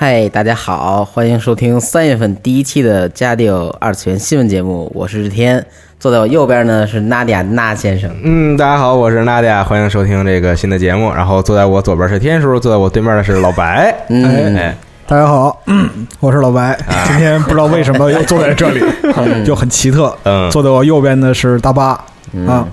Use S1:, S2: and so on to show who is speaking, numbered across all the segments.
S1: 嗨，大家好，欢迎收听三月份第一期的《家里有二次元新闻节目》，我是日天，坐在我右边呢是纳迪亚纳先生。
S2: 嗯，大家好，我是娜迪亚，欢迎收听这个新的节目。然后坐在我左边是天叔，坐在我对面的是老白。
S1: 嗯
S2: 哎，
S3: 大家好，我是老白。
S1: 啊
S3: 今天不知道为什么又坐 在这里，就很奇特。
S2: 嗯
S3: 坐在我右边的是大巴
S1: 嗯
S3: 啊，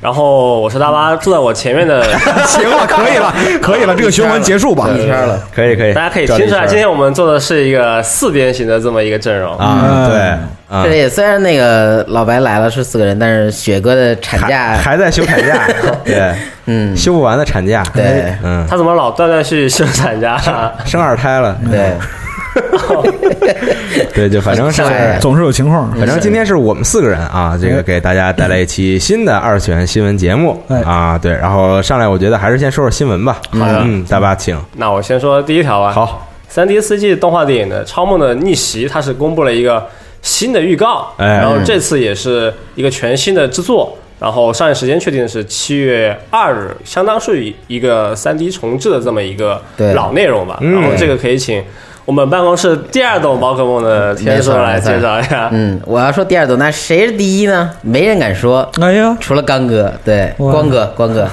S4: 然后我是大巴，坐在我前 面的，
S3: 行了，可以了，可以了，这个循环结束吧。
S1: 一圈了，
S2: 可以可以，
S4: 大家可以
S2: 照例
S4: 听 出来，
S2: 是
S4: 今天我们做的是一个四边形的这么一个阵容。
S2: 啊，
S3: 嗯
S2: 对，啊
S1: 这里虽然那个老白来了是四个人，但是雪哥的产
S2: 还
S1: 假，
S2: 还在休产 假，对，
S1: 嗯，
S2: 休不完的产假，
S1: 对
S2: 嗯，
S4: 他怎么老断断续续生产假？
S2: 生二胎了，
S1: 对，
S2: 对，就反正是
S1: 上。来
S3: 总是有情况，
S2: 反正今天是我们四个人啊，
S1: 嗯
S2: 这个给大家带来一期新的二次元新闻节目
S1: 嗯
S3: 哎
S2: 啊，对，然后上来我觉得还是先说说新闻吧，
S4: 好的
S2: 嗯，大巴请，
S4: 那我先说第一条吧。
S2: 好，
S4: 三 D 四 G 动画电影的《超梦的逆袭》，它是公布了一个新的预告，
S2: 哎
S4: 然后这次也是一个全新的制作，然后上映时间确定是七月二日，相当是一一个三 D 重置的这么一个
S1: 对
S4: 老内容吧。
S2: 嗯
S4: 然后这个可以请我们办公室第二栋宝可梦
S2: 嗯
S4: 的天叔来介绍一下。
S1: 嗯，我要说第二组，那谁是第一呢？没人敢说，
S3: 哎呀，
S1: 除了刚哥，对，
S3: 哇
S1: 光哥，光 哥，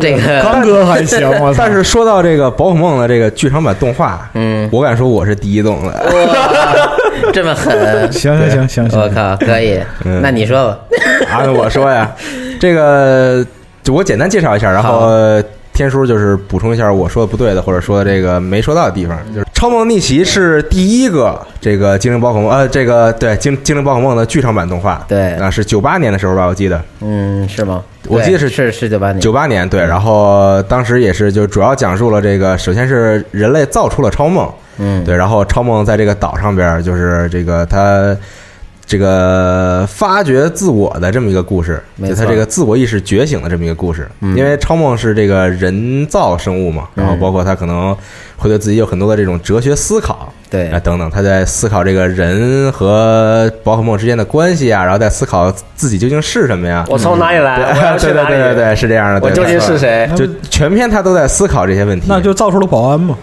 S1: 这个，
S3: 刚哥还行，我 操
S2: 但是说到这个宝可梦的这个剧场版动画，
S1: 啊嗯，
S2: 我敢说我是第一动的，
S1: 哇，这么狠，
S3: 行行行行
S1: 我
S3: 行，
S1: 靠，可以，
S2: 嗯
S1: 那你说吧，
S2: 啊，我说呀，这个就我简单介绍一下，然
S1: 好
S2: 后呃天叔就是补充一下我说的不对的，或者说这个没说到的地方。就是《超梦逆袭》是第一个这个精灵宝可梦，呃，这个对精精灵宝可梦的剧场版动画，
S1: 对
S2: 啊，是九八年的时候吧，我记得
S1: 嗯，是吗？
S2: 我
S1: 对
S2: 记得是
S1: 是是九八年，
S2: 九八年，对，然后当时也是就主要讲述了这个，首先是人类造出了超梦，
S1: 嗯，
S2: 对，然后超梦在这个岛上边儿，就是这个他这个发掘自我的这么一个故事，
S1: 没
S2: 就
S1: 错
S2: 他这个自我意识觉醒的这么一个故事。
S4: 嗯
S2: 因为超梦是这个人造生物嘛，然后包括他可能会对自己有很多的这种哲学思考。
S1: 对
S2: 啊，等等，他在思考这个人和宝可梦之间的关系啊，然后在思考自己究竟是什么呀？
S4: 我从哪里来？我要去
S2: 对对
S4: 哪里？
S2: 对对对，是这样的。
S4: 我
S2: 对
S4: 究竟
S2: 没错
S4: 是谁？
S2: 就全篇他都在思考这些问题。
S3: 那就造出了保安嘛。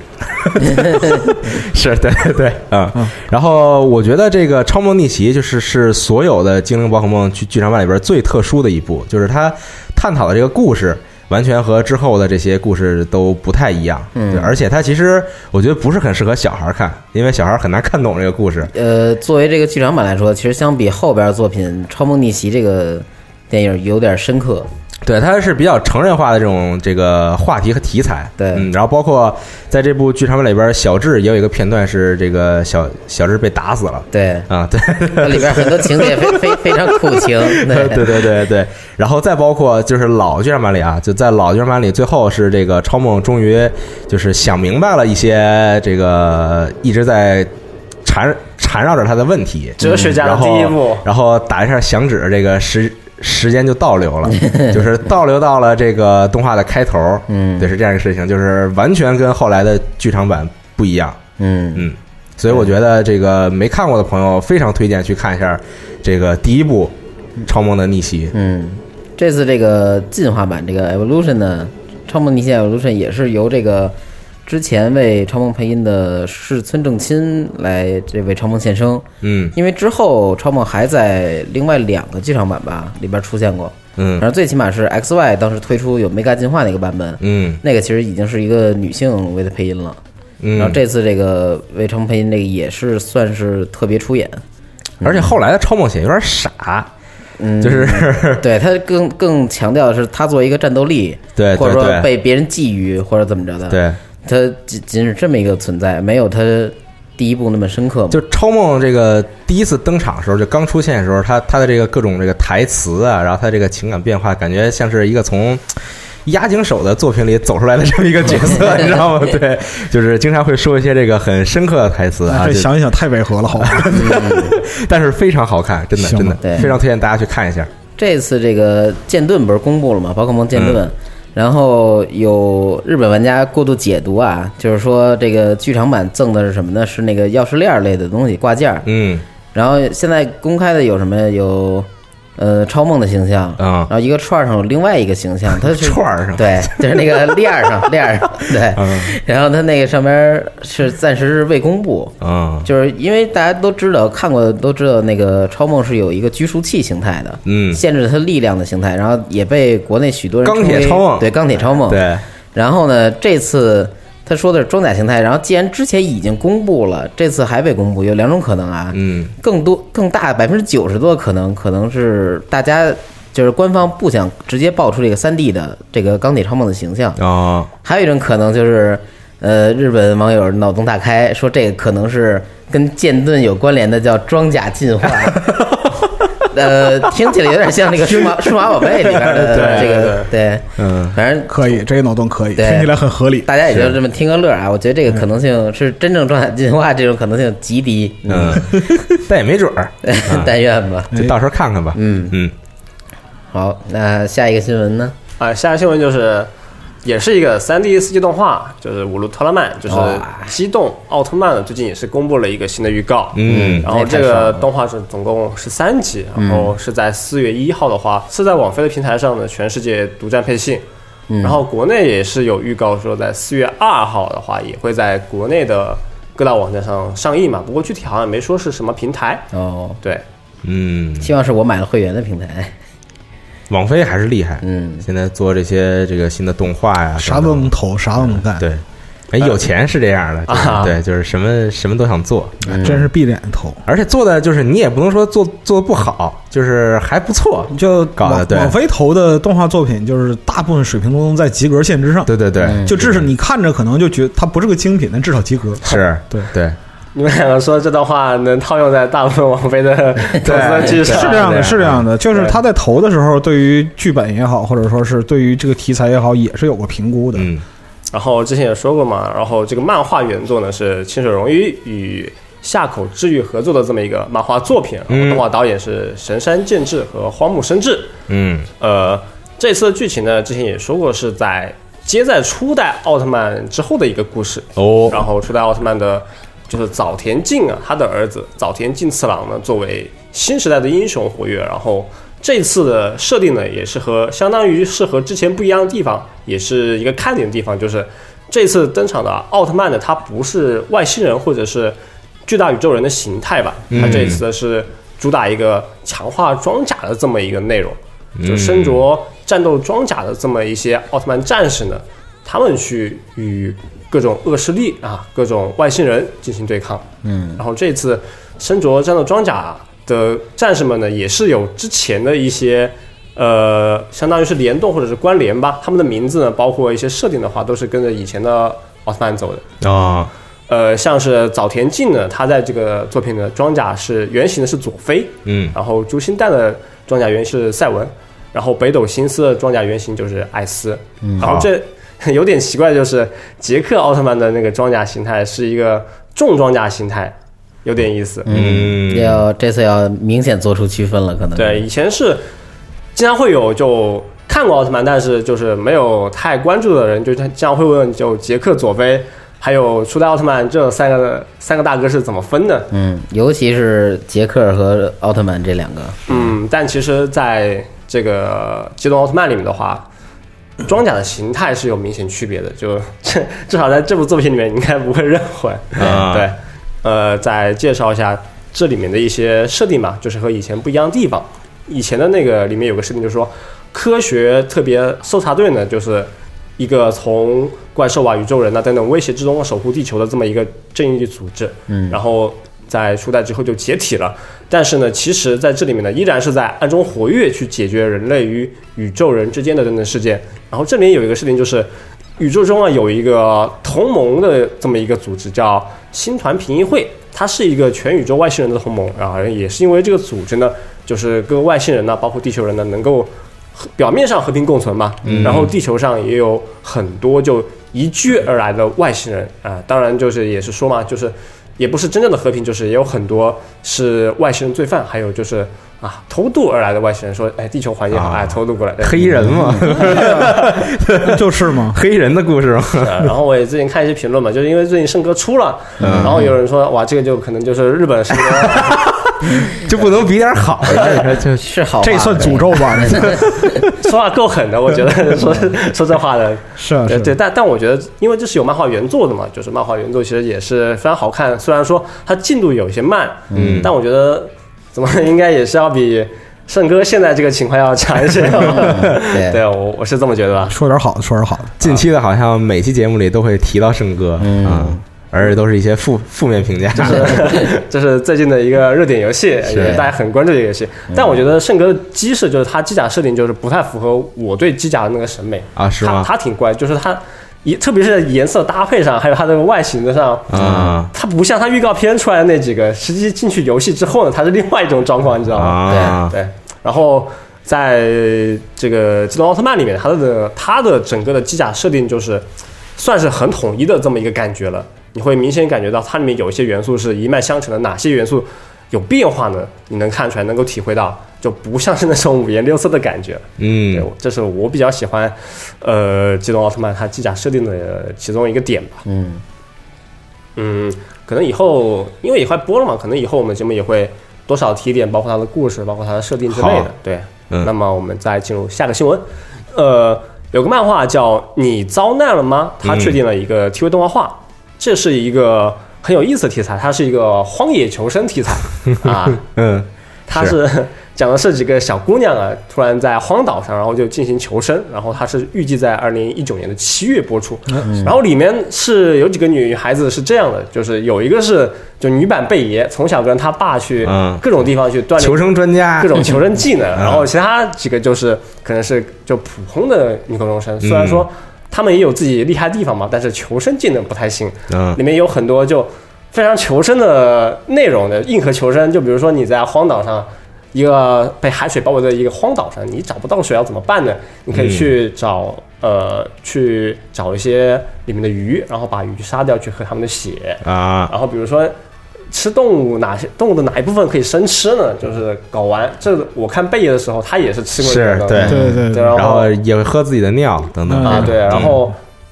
S2: 是对对对，嗯，然后我觉得这个《超梦逆袭》就是是所有的精灵宝可梦剧剧场版里边最特殊的一部，就是它探讨的这个故事完全和之后的这些故事都不太一样，
S1: 嗯
S2: 对而且它其实我觉得不是很适合小孩儿看，因为小孩儿很难看懂这个故事，
S1: 呃，作为这个剧场版来说，其实相比后边作品《超梦逆袭》这个电影有点深刻，
S2: 对，它是比较成人化的这种这个话题和题材。
S1: 对
S2: 嗯，然后包括在这部剧场版里边，小智也有一个片段是这个小小智被打死了
S1: 对，
S2: 啊，对，
S1: 它里边很多情节非非非常苦情，
S2: 对
S1: 对
S2: 对对对对，然后再包括就是老剧场版里啊，就在老剧场版里，最后是这个超梦终于就是想明白了一些这个一直在缠缠绕着他的问题，嗯
S4: 哲学家的第一
S2: 然
S4: 步
S2: 后，然后打一下响指，这个时时间就倒流 了，就是倒流到了这个动画的开头，
S1: 嗯
S2: 对，是这样一个事情，就是完全跟后来的剧场版不一样，
S1: 嗯，
S2: 嗯，所以我觉得这个没看过的朋友非常推荐去看一下这个第一部《超梦的逆袭》。
S1: 嗯，这次这个进化版这个 Evolution 呢，《超梦逆袭 Evolution》也是由这个之前为超梦配音的世村正亲来这为超梦献声，
S2: 嗯
S1: 因为之后超梦还在另外两个剧场版吧里边出现过，然
S2: 嗯
S1: 后最起码是 X Y 当时推出有 Mega 进化那个版本，
S2: 嗯
S1: 那个其实已经是一个女性为他配音了。
S2: 嗯，
S1: 然后这次这个魏成配音这个也是算是特别出 演，
S2: 而且后来的超梦写有点傻，
S1: 嗯，
S2: 就是
S1: 对他更更强调的是他作为一个战斗力，
S2: 对
S1: 或者
S2: 对
S1: 说
S2: 对
S1: 被别人觊觎或者怎么着的，，
S2: 对，
S1: 他仅仅是这么一个存在，没有他第一部那么深刻嘛，
S2: 就超梦这个第一次登场的时候，就刚出现的时候，他他的这个各种这个台词啊，然后他这个情感变化，感觉像是一个从。押井守的作品里走出来的这么一个角 色，你知道吗？对，就是经常会说一些这个很深刻的台词 啊，
S3: 哎这
S2: 就
S3: 想一想太违和了，好吧？
S2: 但是非常好看，真的
S3: 行吧
S2: 真的
S1: 对，
S2: 非常推荐大家去看一下。
S1: 这次这个剑盾不是公布了吗？宝可梦剑盾，
S2: 嗯
S1: 然后有日本玩家过度解读啊，就是说这个剧场版赠的是什么呢？是那个钥匙链儿类的东西挂件儿。
S2: 嗯
S1: 然后现在公开的有什么？有呃超梦的形象，
S2: 嗯
S1: 然后一个串儿上有另外一个形象，它是
S2: 串儿上嗯
S1: 对，就是那 个链儿上链儿上，对，然后它那个上边是暂时是未公布。
S2: 嗯
S1: 就是因为大家都知道，看过的都知道，那个超梦是有一个拘束器形态的，
S2: 嗯
S1: 限制它力量的形态，然后也被国内许多人
S2: 钢铁
S1: 称为
S2: 超梦
S1: 对钢铁超梦，
S2: 对，
S1: 然后呢，这次他说的是装甲形态，然后既然之前已经公布了，这次还被公布，有两种可能啊，
S2: 嗯
S1: 更多更大百分之九十多的可能可能是大家就是官方不想直接爆出这个三 D 的这个钢铁超梦的形象，
S2: 哦，
S1: 还有一种可能就是。呃，日本网友脑洞大开，说这个可能是跟剑盾有关联的，叫装甲进化。呃，听起来有点像那个数码数码宝贝里边的这个，对，
S2: 嗯，
S1: 反正
S3: 可以，这个脑洞可以，
S1: 对
S3: 听起来很合理。
S1: 大家也就这么听个乐儿啊。我觉得这个可能性是真正状态进化这种可能性极低，
S2: 嗯，但也没准儿，
S1: 但愿
S3: 哎
S1: 吧。
S2: 就到时候看看吧。嗯嗯，
S1: 好，那下一个新闻呢？
S4: 啊，下一个新闻就是，也是一个3 D 4 G 动画，就是《五路特拉曼》，就是
S1: 哇
S4: 机动奥特曼，最近也是公布了一个新的预告。
S2: 嗯
S4: 然后这
S1: 那也太爽
S4: 个
S1: 了
S4: 动画是总共十三集，然后是在四月一号的话，是在网飞的平台上呢，全世界独占配信。
S1: 嗯
S2: 嗯
S4: 然后国内也是有预告说，在四月二号的话，也会在国内的各大网站上上映嘛。不过具体好像也没说是什么平台。
S1: 哦，
S4: 对，
S2: 嗯，
S1: 希望是我买了会员的平台。
S2: 网飞还是厉害，
S1: 嗯，
S2: 现在做这些这个新的动画呀，
S3: 啥都能投，啥都能干，
S1: 嗯
S2: 对。哎，有钱是这样的，就是
S4: 啊
S2: 对，就是什么什么都想做，
S1: 嗯
S3: 真是闭着眼投。
S2: 而且做的就是你也不能说做做的不好，就是还不错，
S3: 就
S2: 搞得
S3: 网
S2: 对
S3: 网飞投的动画作品，就是大部分水平都能在及格线之上。
S2: 对对对，
S1: 嗯
S3: 就至少你看着可能就觉得它不是个精品，但至少及格。
S2: 是，
S3: 对
S2: 对，
S4: 你们两个说这段话能套用在大部分网飞的 投资的基
S2: 对
S4: 础
S3: 是
S4: 上
S3: 这样的，
S2: 是
S3: 是
S2: 这
S3: 这
S2: 样
S3: 样的，就是
S4: 对
S3: 他在投的时候，对于剧本也好，或者说是对于这个题材也好，也是有过评估的。
S2: 嗯
S4: 然后之前也说过嘛，然后这个漫画原作呢是清水荣一与下口之玉合作的这么一个漫画作品，然
S2: 嗯
S4: 后动画导演是神山健治和荒木伸治。
S2: 嗯
S4: 呃，这次的剧情呢，之前也说过是在接在初代奥特曼之后的一个故事，
S2: 哦，
S4: 然后初代奥特曼的，就是早田进啊，他的儿子早田进次郎呢，作为新时代的英雄活跃。然后这次的设定呢，也是和相当于是和之前不一样的地方，也是一个看点的地方，就是这次登场的奥特曼呢，他不是外星人或者是巨大宇宙人的形态吧？他这次呢是主打一个强化装甲的这么一个内容，就身着战斗装甲的这么一些奥特曼战士呢，他们去与各种恶势力啊、各种外星人进行对抗。嗯，然后这次身着战斗装甲的战士们呢，也是有之前的一些。呃，相当于是联动或者是关联吧，他们的名字呢，包括一些设定的话，都是跟着以前的奥特曼走的。
S2: 啊，
S4: 呃，像是早田进呢，他在这个作品的装甲是原型的是佐菲，
S2: 嗯
S4: 然后竹心蛋的装甲原型是赛文，然后北斗星司的装甲原型就是艾斯。然后这 有点奇怪，就是杰克奥特曼的那个装甲形态是一个重装甲形态，有点意思。
S2: 嗯，
S1: 要这次要明显做出区分了，可能
S4: 对，以前是经常会有就看过奥特曼，但是就是没有太关注的人，就经常会问就杰克、佐菲还有初代奥特曼这三个三个大哥是怎么分的？
S1: 嗯，尤其是杰克和奥特曼这两个，
S4: 嗯，但其实在这个机动奥特曼里面的话。装甲的形态是有明显区别的，就 至至少在这部作品里面，你应该不会认混。
S2: 啊
S4: 对，呃，再介绍一下这里面的一些设定吧，就是和以前不一样的地方。以前的那个里面有个设定，就是说科学特别搜查队呢，就是一个从怪兽啊、宇宙人啊等等威胁之中守护地球的这么一个正义组织。嗯，然后在初代之后就解体了，但是呢，其实在这里面呢，依然是在暗中活跃去解决人类与宇宙人之间的等等事件。然后这里有一个设定就是。宇宙中啊有一个同盟的这么一个组织叫星团评议会，它是一个全宇宙外星人的同盟啊，也是因为这个组织呢，就是跟外星人呢，包括地球人呢，能够和表面上和平共存嘛，
S2: 嗯
S4: 然后地球上也有很多就移居而来的外星人啊、当然就是也是说嘛，就是也不是真正的和平，就是也有很多是外星人罪犯，还有就是啊偷渡而来的外星人说，哎，地球环境好，
S2: 啊
S4: 哎，偷渡过来，哎
S2: 黑人嘛，
S3: 就是嘛，
S2: 黑人的故事 嘛，
S4: 呃然后我也最近看一些评论嘛，就是因为最近圣歌出了，然后有人说哇，这个就可能就是日本圣歌
S2: 就不能比点 好的？就就是
S1: 好话，
S3: 这算诅咒吧？
S4: 说话够狠的，我觉得说说这话的，
S3: 是啊，
S4: 对
S3: 是
S4: 对，但但我觉得，因为这是有漫画原作的嘛，就是漫画原作其实也是非常好看，虽然说它进度有些慢，
S2: 嗯
S4: 但我觉得怎么应该也是要比圣哥现在这个情况要 强一些，
S1: 对
S4: 对我我是这么觉得吧。
S3: 说点好的，说点好的。
S2: 近期的好像每期节目里都会提到圣哥
S1: 嗯
S2: 啊，而且都是一些负负面评 价。
S4: 这是最近的一个热点游戏，也是大家很关注的一个游戏。
S2: 嗯
S4: 但我觉得圣哥的机制就是他机甲设定就是不太符合我对机甲的那个审美
S2: 啊是吗
S4: 他他挺怪，就是他一特别是颜色搭配上，还有它的外形的上，
S2: 啊
S4: 它不像它预告片出来的那几个，实际进去游戏之后呢，它是另外一种状况，你知道吗？
S2: 啊！
S4: 对，然后在这个机动奥特曼里面，它的它的整个的机甲设定就是算是很统一的这么一个感觉了。你会明显感觉到它里面有一些元素是一脉相承的，哪些元素有变化呢？你能看出来，能够体会到，就不像是那种五颜六色的感觉。对
S2: 嗯，，
S4: 这是我比较喜欢，呃，机动奥特曼它机甲设定的其中一个点吧。
S1: 嗯，
S4: 嗯，可能以后因为也快播了嘛，可能以后我们节目也会多少提一点，包括它的故事，包括它的设定之类
S2: 好
S4: 的。对，
S2: 嗯
S4: 那么我们再进入下个新闻，呃，有个漫画叫《你遭难了吗》，它确定了
S2: 嗯
S4: 一个 TV 动画化，这是一个很有意思的题材，它是一个荒野求 生题材啊，
S2: 嗯，
S4: 它是讲的是几个小姑娘啊，突然在荒岛上，然后就进行求生，然后它是预计在二零一九年的七月播出。
S2: 嗯
S4: 然后里面是有几个女孩子是这样的，就是有一个是就女版贝爷，从小跟她爸去
S2: 嗯
S4: 各种地方去锻炼
S2: 求生专家
S4: 各种求生技能，然后其他几个就是可能是就普通的女高中生，虽然说他们也有自己厉害的地方嘛，但是求生技能不太行。
S2: 嗯
S4: 里面有很多就非常求生的内容的硬核求生，就比如说你在荒岛上。一个被海水包围的一个荒岛上，你找不到水要怎么办呢？你可以去找、呃，去找一些里面的鱼，然后把鱼杀掉，去喝它们的血。
S2: 啊，
S4: 然后比如说吃动物哪些动物的哪一部分可以生吃呢？就是睾丸，这个我看贝爷的时候，他也是吃过这
S2: 是
S4: 个的，
S2: 对
S3: 对对
S4: 对
S3: 对，
S2: 然后也会喝自己的尿等等
S4: 啊
S3: 嗯
S4: 对，然后。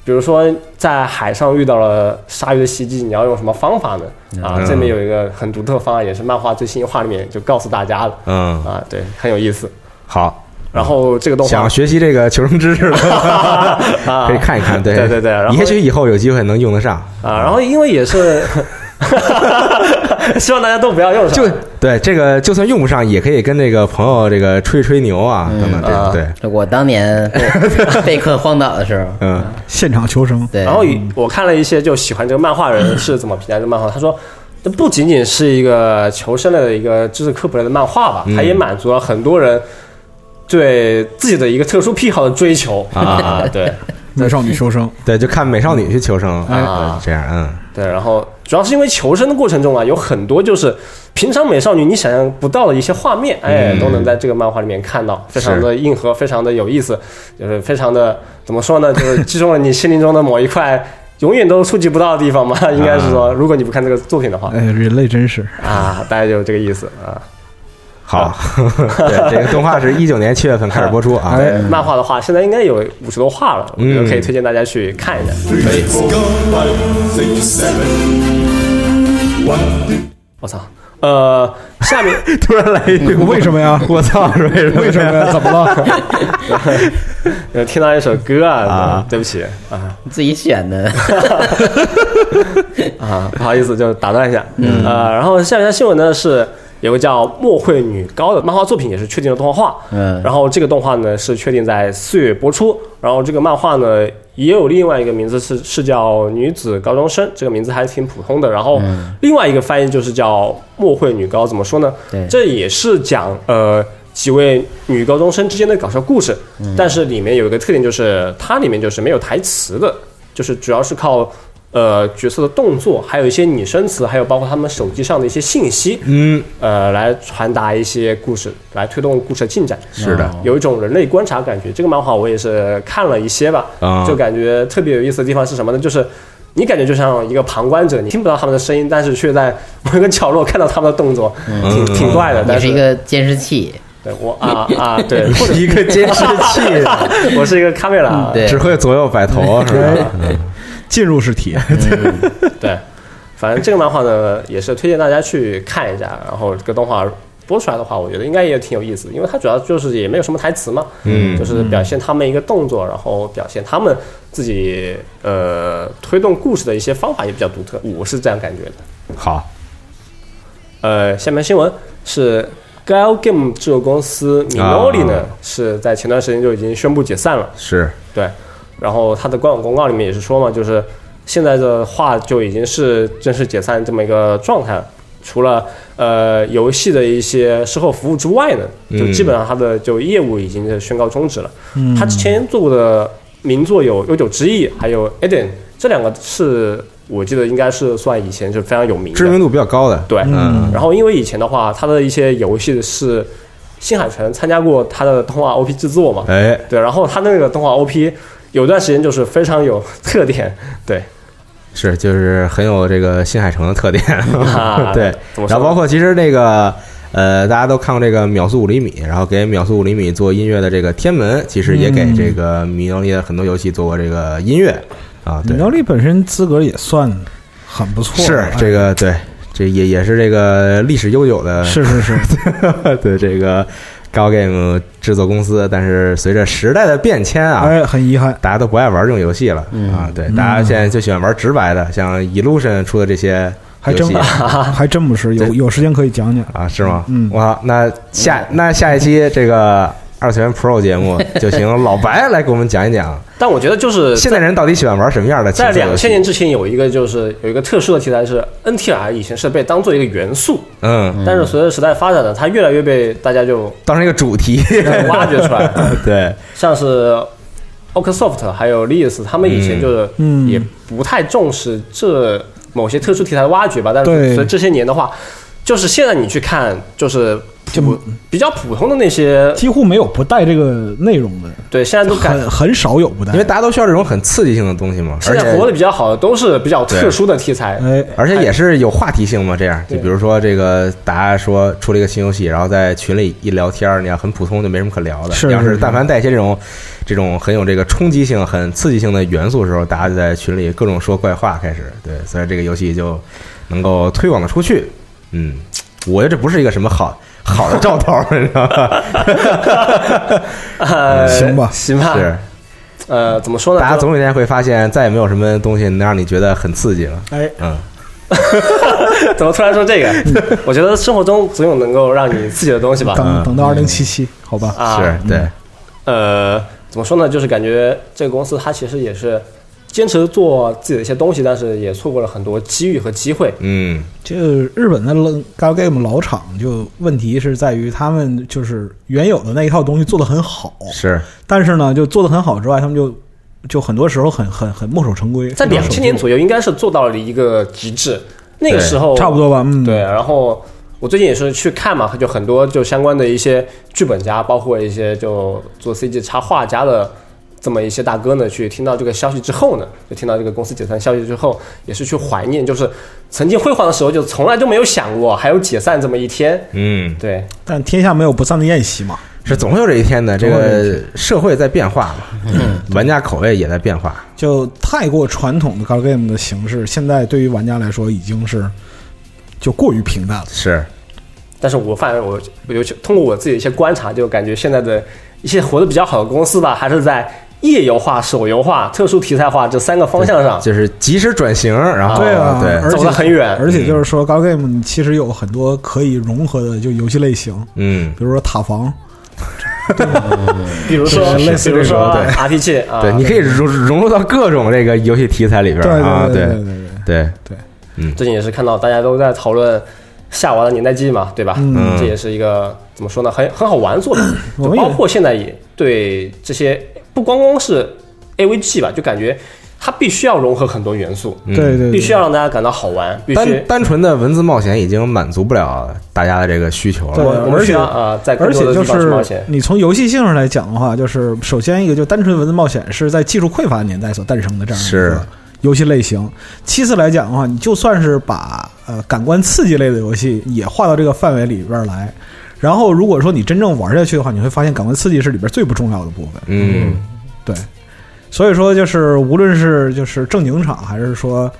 S4: 比如说，在海上遇到了鲨鱼的袭击，你要用什么方法呢？啊，
S2: 嗯
S4: 这里面有一个很独特的方案，也是漫画最新一话里面就告诉大家了。
S2: 嗯，
S4: 啊，对，很有意思。
S2: 好，
S4: 然后这个动画啊
S2: 想学习这个求生知识 的，可以看一看。对
S4: 对对对然后
S2: 也许以后有机会能用得 上。
S4: 啊，然后因为也是， 希望大家都不要用上。
S2: 就对这个，就算用不上，也可以跟这个朋友这个吹吹牛啊，等等，
S4: 啊
S2: 对对，
S1: 我当年被被困荒岛的时候，
S2: 嗯
S3: 现场求生，
S1: 对，
S4: 然后以我看了一些就喜欢这个漫画人是怎么评价这个漫画，他说。这不仅仅是一个求生类的一个知识科普类的漫画吧，它也满足了很多人对自己的一个特殊癖好的追求
S2: 啊，
S4: 对
S3: 美少女求生，
S2: 对，就看美少女去求生
S4: 啊
S2: 对这样，嗯
S4: 对。然后主要是因为求生的过程中啊，有很多就是平常美少女你想象不到的一些画面，哎，
S2: 嗯
S4: 都能在这个漫画里面看到，非常的硬核，非常的有意思，就是非常的怎么说呢，就是击中了你心灵中的某一块永远都触及不到的地方嘛，应该是
S2: 啊
S4: 说，如果你不看这个作品的话，
S3: 哎，人类真是
S4: 啊，大概就是这个意思啊。
S2: 好， 对，这个动画是一九年七月份开始播出 啊，
S3: 哎
S4: 对，漫画的话，现在应该有五十多话了，我觉得可
S2: 嗯
S4: 以推荐大家去看一下。我操，呃，下面
S2: 突然来一句，
S3: 哎为什么呀？
S2: 我操，是为什么？
S3: 为什么呀？怎么了？
S4: 有呃听到一首歌啊，
S2: 啊
S4: 对不起啊
S1: 自己选 的，
S4: 啊，不好意思，就打断一下。嗯、呃，然后下面的新闻呢是。有个叫《墨绘女高》的漫画作品也是确定了动画化，
S1: 嗯
S4: 然后这个动画呢是确定在四月播出，然后这个漫画呢也有另外一个名字是是叫《女子高中生》，这个名字还挺普通的。然后另外一个翻译就是叫《墨绘女高》，怎么说呢？
S1: 对
S4: 这也是讲呃几位女高中生之间的搞笑故事，但是里面有一个特点就是它里面就是没有台词的，就是主要是靠。呃，角色的动作，还有一些拟声词，还有包括他们手机上的一些信息，
S2: 嗯，
S4: 呃，来传达一些故事，来推动故事的进展。啊
S2: 是的
S4: 有一种人类观察感觉。这个漫画我也是看了一些吧，
S2: 啊
S4: 就感觉特别有意思的地方是什么呢？就是你感觉就像一个旁观者，你听不到他们的声音，但是却在某一个角落看到他们的动作，
S2: 嗯
S4: 挺挺怪的。
S1: 你
S4: 但
S1: 是
S4: 是
S1: 一个监视器，
S4: 对我啊啊，对，或者
S2: 一个监视器， 嗯
S4: 我是一个啊 camera，
S1: 对
S2: 只会左右摆头是吧？
S3: 进入式体验，
S4: 对，反正这个漫画呢，也是推荐大家去看一下。然后这个动画播出来的话，我觉得应该也挺有意思，因为它主要就是也没有什么台词嘛，
S2: 嗯
S4: 就是表现他们一个动作，然后表现他们自己呃推动故事的一些方法也比较独特，我是这样感觉的。
S2: 好，
S4: 呃，下面新闻是 Gal Game 制作公司 Minori 呢、
S2: 啊
S4: 是在前段时间就已经宣布解散了，
S2: 是
S4: 对。然后它的官网公告里面也是说嘛，就是现在的话就已经是正式解散这么一个状态了。除了呃游戏的一些售后服务之外呢，就
S2: 嗯
S4: 基本上它的就业务已经是宣告终止了。
S3: 嗯
S4: 它之前做过的名作有《悠久之翼》还有《Eden》，这两个是我记得应该是算以前就非常有名的，
S2: 知名度比较高的，
S4: 对，
S2: 嗯
S4: 然后因为以前的话，他的一些游戏是新海诚参加过他的动画 OP 制作嘛，
S2: 哎，
S4: 对，然后他那个动画 OP 有段时间就是非常有特 点，对，
S2: 是就是很有这个新海诚的特点，
S4: 啊
S2: 对
S4: 怎么说呢，
S2: 然后包括其实那个。呃，大家都看过这个《秒速五厘米》，然后给《秒速五厘米》做音乐的这个天门，其实也给这个米诺利的很多游戏做过这个音乐啊。对，
S3: 苗栗本身资格也算很不错哎
S2: 是
S3: 了，
S2: 这个对，这也也是这个历史悠久的
S3: 哎，是是是，
S2: 对这个高 game 制作公司，但是随着时代的变迁啊，
S3: 哎，嗯很遗憾，
S2: 大家都不爱玩这种游戏了、啊。对，大家现在就喜欢玩直白的，像 Illusion 出的这些
S3: 还
S2: 游
S3: 真
S2: 戏
S3: 不
S4: 啊
S3: 还真不是，有有时间可以讲讲。
S2: 啊，是吗？
S3: 嗯
S2: 哇，那下那下一期这个二次元 Pro 节 目就请老白来给我们讲一讲，
S4: 但我觉得就是
S2: 现在人到底喜欢玩什么样的
S4: 呃在
S2: 情色
S4: 两
S2: 游
S4: 千
S2: 戏？
S4: 年之前有一个就是有一个特殊的题材是 NTR 以前是被当做一个元素，
S2: 嗯，
S4: 但是随着时代发展呢，它越来越被大 家就
S2: 当成一个主题，
S4: 挖掘出来，
S2: 对，
S4: 像是 Microsoft 还有 l e a s 他们以前就是
S3: 嗯
S4: 也不太重视这某些特殊题材的挖掘吧，但
S3: 对
S4: 是所以这些年的话，就是现在你去看，就是普比较普通的那些，
S3: 几乎没有不带这个内容的，
S4: 对，现在都感
S3: 很很少有不带
S2: 因为。大家都需要这种很刺激性的东西嘛，
S4: 现
S2: 而
S4: 在
S2: 且嗯
S4: 活得比较好的都是比较特殊的题材，
S3: 哎，
S2: 而且也是有话题性嘛，这样就比如说这个大家说出了一个新游戏，然后在群里一聊天儿，你要很普通就没什么可聊的。
S3: 是
S2: 要
S3: 是
S2: 是
S3: 是
S2: 但凡带一些这种这种很有这个冲击性、很刺激性的元素的时候，大家就在群里各种说怪话开始。对，所以这个游戏就能够推广的出去。嗯，我觉得这不是一个什么好好的兆头儿， 你知道吗？
S4: 呃，
S3: 行吧
S4: 行吧，
S2: 嗯是，
S4: 呃，怎么说呢？
S2: 大家
S4: 就
S2: 总有一天会发现，再也没有什么东西能让你觉得很刺激了。
S3: 哎，
S2: 嗯，
S4: 怎么突然说这个？ 我觉得生活中总有能够让你刺激的东西吧。
S3: 等等到二零七七，好吧，
S4: 啊，
S2: 是对，
S4: 呃，怎么说呢？就是感觉这个公司它其实也是坚持做自己的一些东西，但是也错过了很多机遇和机会。
S2: 嗯，
S3: 这日本的 gal game 老厂就问题是在于他们就是原有的那一套东西做得很好，
S2: 是
S3: 但是呢，就做得很好之外，他们就就很多时候很很很墨守成规，
S4: 在
S3: 非常
S4: 两千
S3: 守
S4: 年
S3: 旧
S4: 左右，应该是做到了一个极致。那个
S2: 对
S4: 时候
S3: 差不多吧，嗯，
S4: 对，，然后我最近也是去看嘛，就很多就相关的一些剧本家，包括一些就做 CG 插画家的这么一些大哥呢，去听到这个消息之后呢，就听到这个公司解散消息之后，也是去怀念，就是曾经辉煌的时候，就从来就没有想过还有解散这么一天。
S2: 嗯。
S4: 对，
S3: 但天下没有不散的宴席嘛，
S2: 是总会有这一天的。这
S3: 总会有
S2: 个社会在变化嘛，
S3: 嗯
S2: 玩家口味也在变化。
S3: 就太过传统的 gal game 的形式，现在对于玩家来说已经是就过于平淡了。
S2: 是，
S4: 但是我反正我我尤其通过我自己的一些观察，就感觉现在的一些活得比较好的公司吧，还是在页游化、手游化、特殊题材化这三个方向上
S2: 就是及时转型，然后
S3: 对啊，
S2: 对
S3: 而且
S4: 走得很远。
S3: 而且就是说，gal game 你其实有很多可以融合的就游戏类型，
S2: 嗯，
S3: 比如说塔防，
S4: 比如说，
S2: 是是类似
S4: 比如
S2: 这种
S4: 说
S2: 对
S4: RPG 啊，
S2: 对，你可以融融入到各种这个游戏题材里边
S3: 对
S2: 儿啊，
S3: 对对
S2: 对
S3: 对对，
S2: 对
S4: 最近也是看到大家都在讨论夏娃的年代记嘛，对吧？
S3: 嗯
S4: 这也是一个怎么说呢，很很好玩的作品，
S3: 我
S4: 就
S3: 们也
S4: 包括现在也对这些不光光是 AVG 吧，就感觉它必须要融合很多元素，
S2: 嗯
S3: 对对
S4: 必须要让大家感到好玩，必须
S2: 单单纯的文字冒险已经满足不了大家的这个需求
S3: 对
S2: 了。
S4: 我我
S3: 而
S4: 们
S3: 且
S4: 需要啊，在更
S3: 而
S4: 多
S3: 且
S4: 的地
S3: 就
S4: 方去冒险
S3: 是。你从游戏性上来讲的话，就是首先一个就单纯文字冒险是在技术匮乏的年代所诞生的这样一
S2: 是
S3: 个游戏类型。其次来讲的话，你就算是把呃感官刺激类的游戏也划到这个范围里边来，然后如果说你真正玩下去的话，你会发现感官刺激是里边最不重要的部分。
S2: 嗯，
S3: 对，所以说就是无论是就是正经场还是说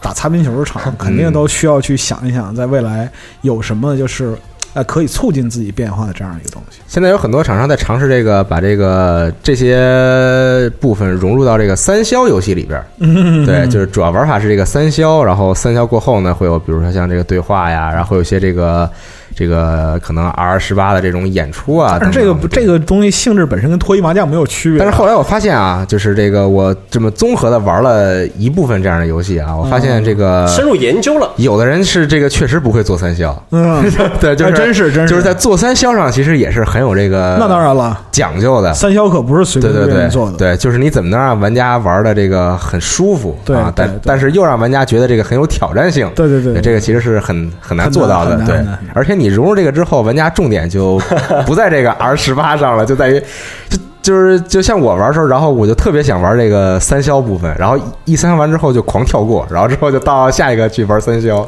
S3: 打擦边球 的场，肯定都需要去想一想，在未来有什么就是呃可以促进自己变化的这样一个东西。
S2: 现在有很多厂商在尝试这个，把这个这些部分融入到这个三消游戏里边儿。
S3: 嗯
S2: 对，就是主要玩法是这个三消，然后三消过后呢，会有比如说像这个对话呀，然后有些这个这个可能 R 十八的这种演出啊。
S3: 但是这
S2: 等
S3: 个
S2: 等
S3: 这个东西性质本身跟脱衣麻将没有区别，
S2: 但是后来我发现啊，就是这个我这么综合的玩了一部分这样的游戏啊，我发
S3: 嗯
S2: 现这个
S4: 深入研究了。
S2: 有的人是这个确实不会做三 消，
S3: 嗯，
S2: 对，就
S3: 哎
S2: 是
S3: 真是真是
S2: 就是在做三消上其实也是很有这个
S3: 那当然了，
S2: 讲究的，
S3: 三消可不是随
S2: 对
S3: 便
S2: 对
S3: 随便做
S2: 对
S3: 的。
S2: 对，就是你怎么能让玩家玩的这个很舒服
S3: 对
S2: 啊，
S3: 对
S2: 但
S3: 对
S2: 但是又让玩家觉得这个很有挑战性，
S3: 对对对
S2: 这个其实是很很难
S3: 很难
S2: 做到的
S3: 很，难
S2: 对
S3: 很难。
S2: 而且你融入这个之后，玩家重点就不在这个 R 十八上了，就在于就就是就像我玩的时候，然后我就特别想玩这个三消部分，然后一三完之后就狂跳过，然后之后就到下一个去玩三消，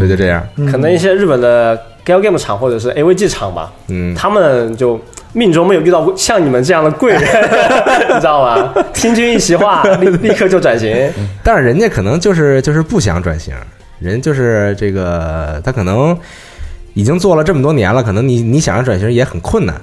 S2: 对，就这样，
S3: 嗯
S4: 可能一些日本的 Gal Game 厂或者是 AVG 厂吧，
S2: 嗯。
S4: 他们就命中没有遇到过像你们这样的贵人， 你知道吗？听君一席话，立立刻就转型。
S2: 但是人家可能就是就是不想转型，人就是这个他可能已经做了这么多年了，可能你你想让转型也很困难，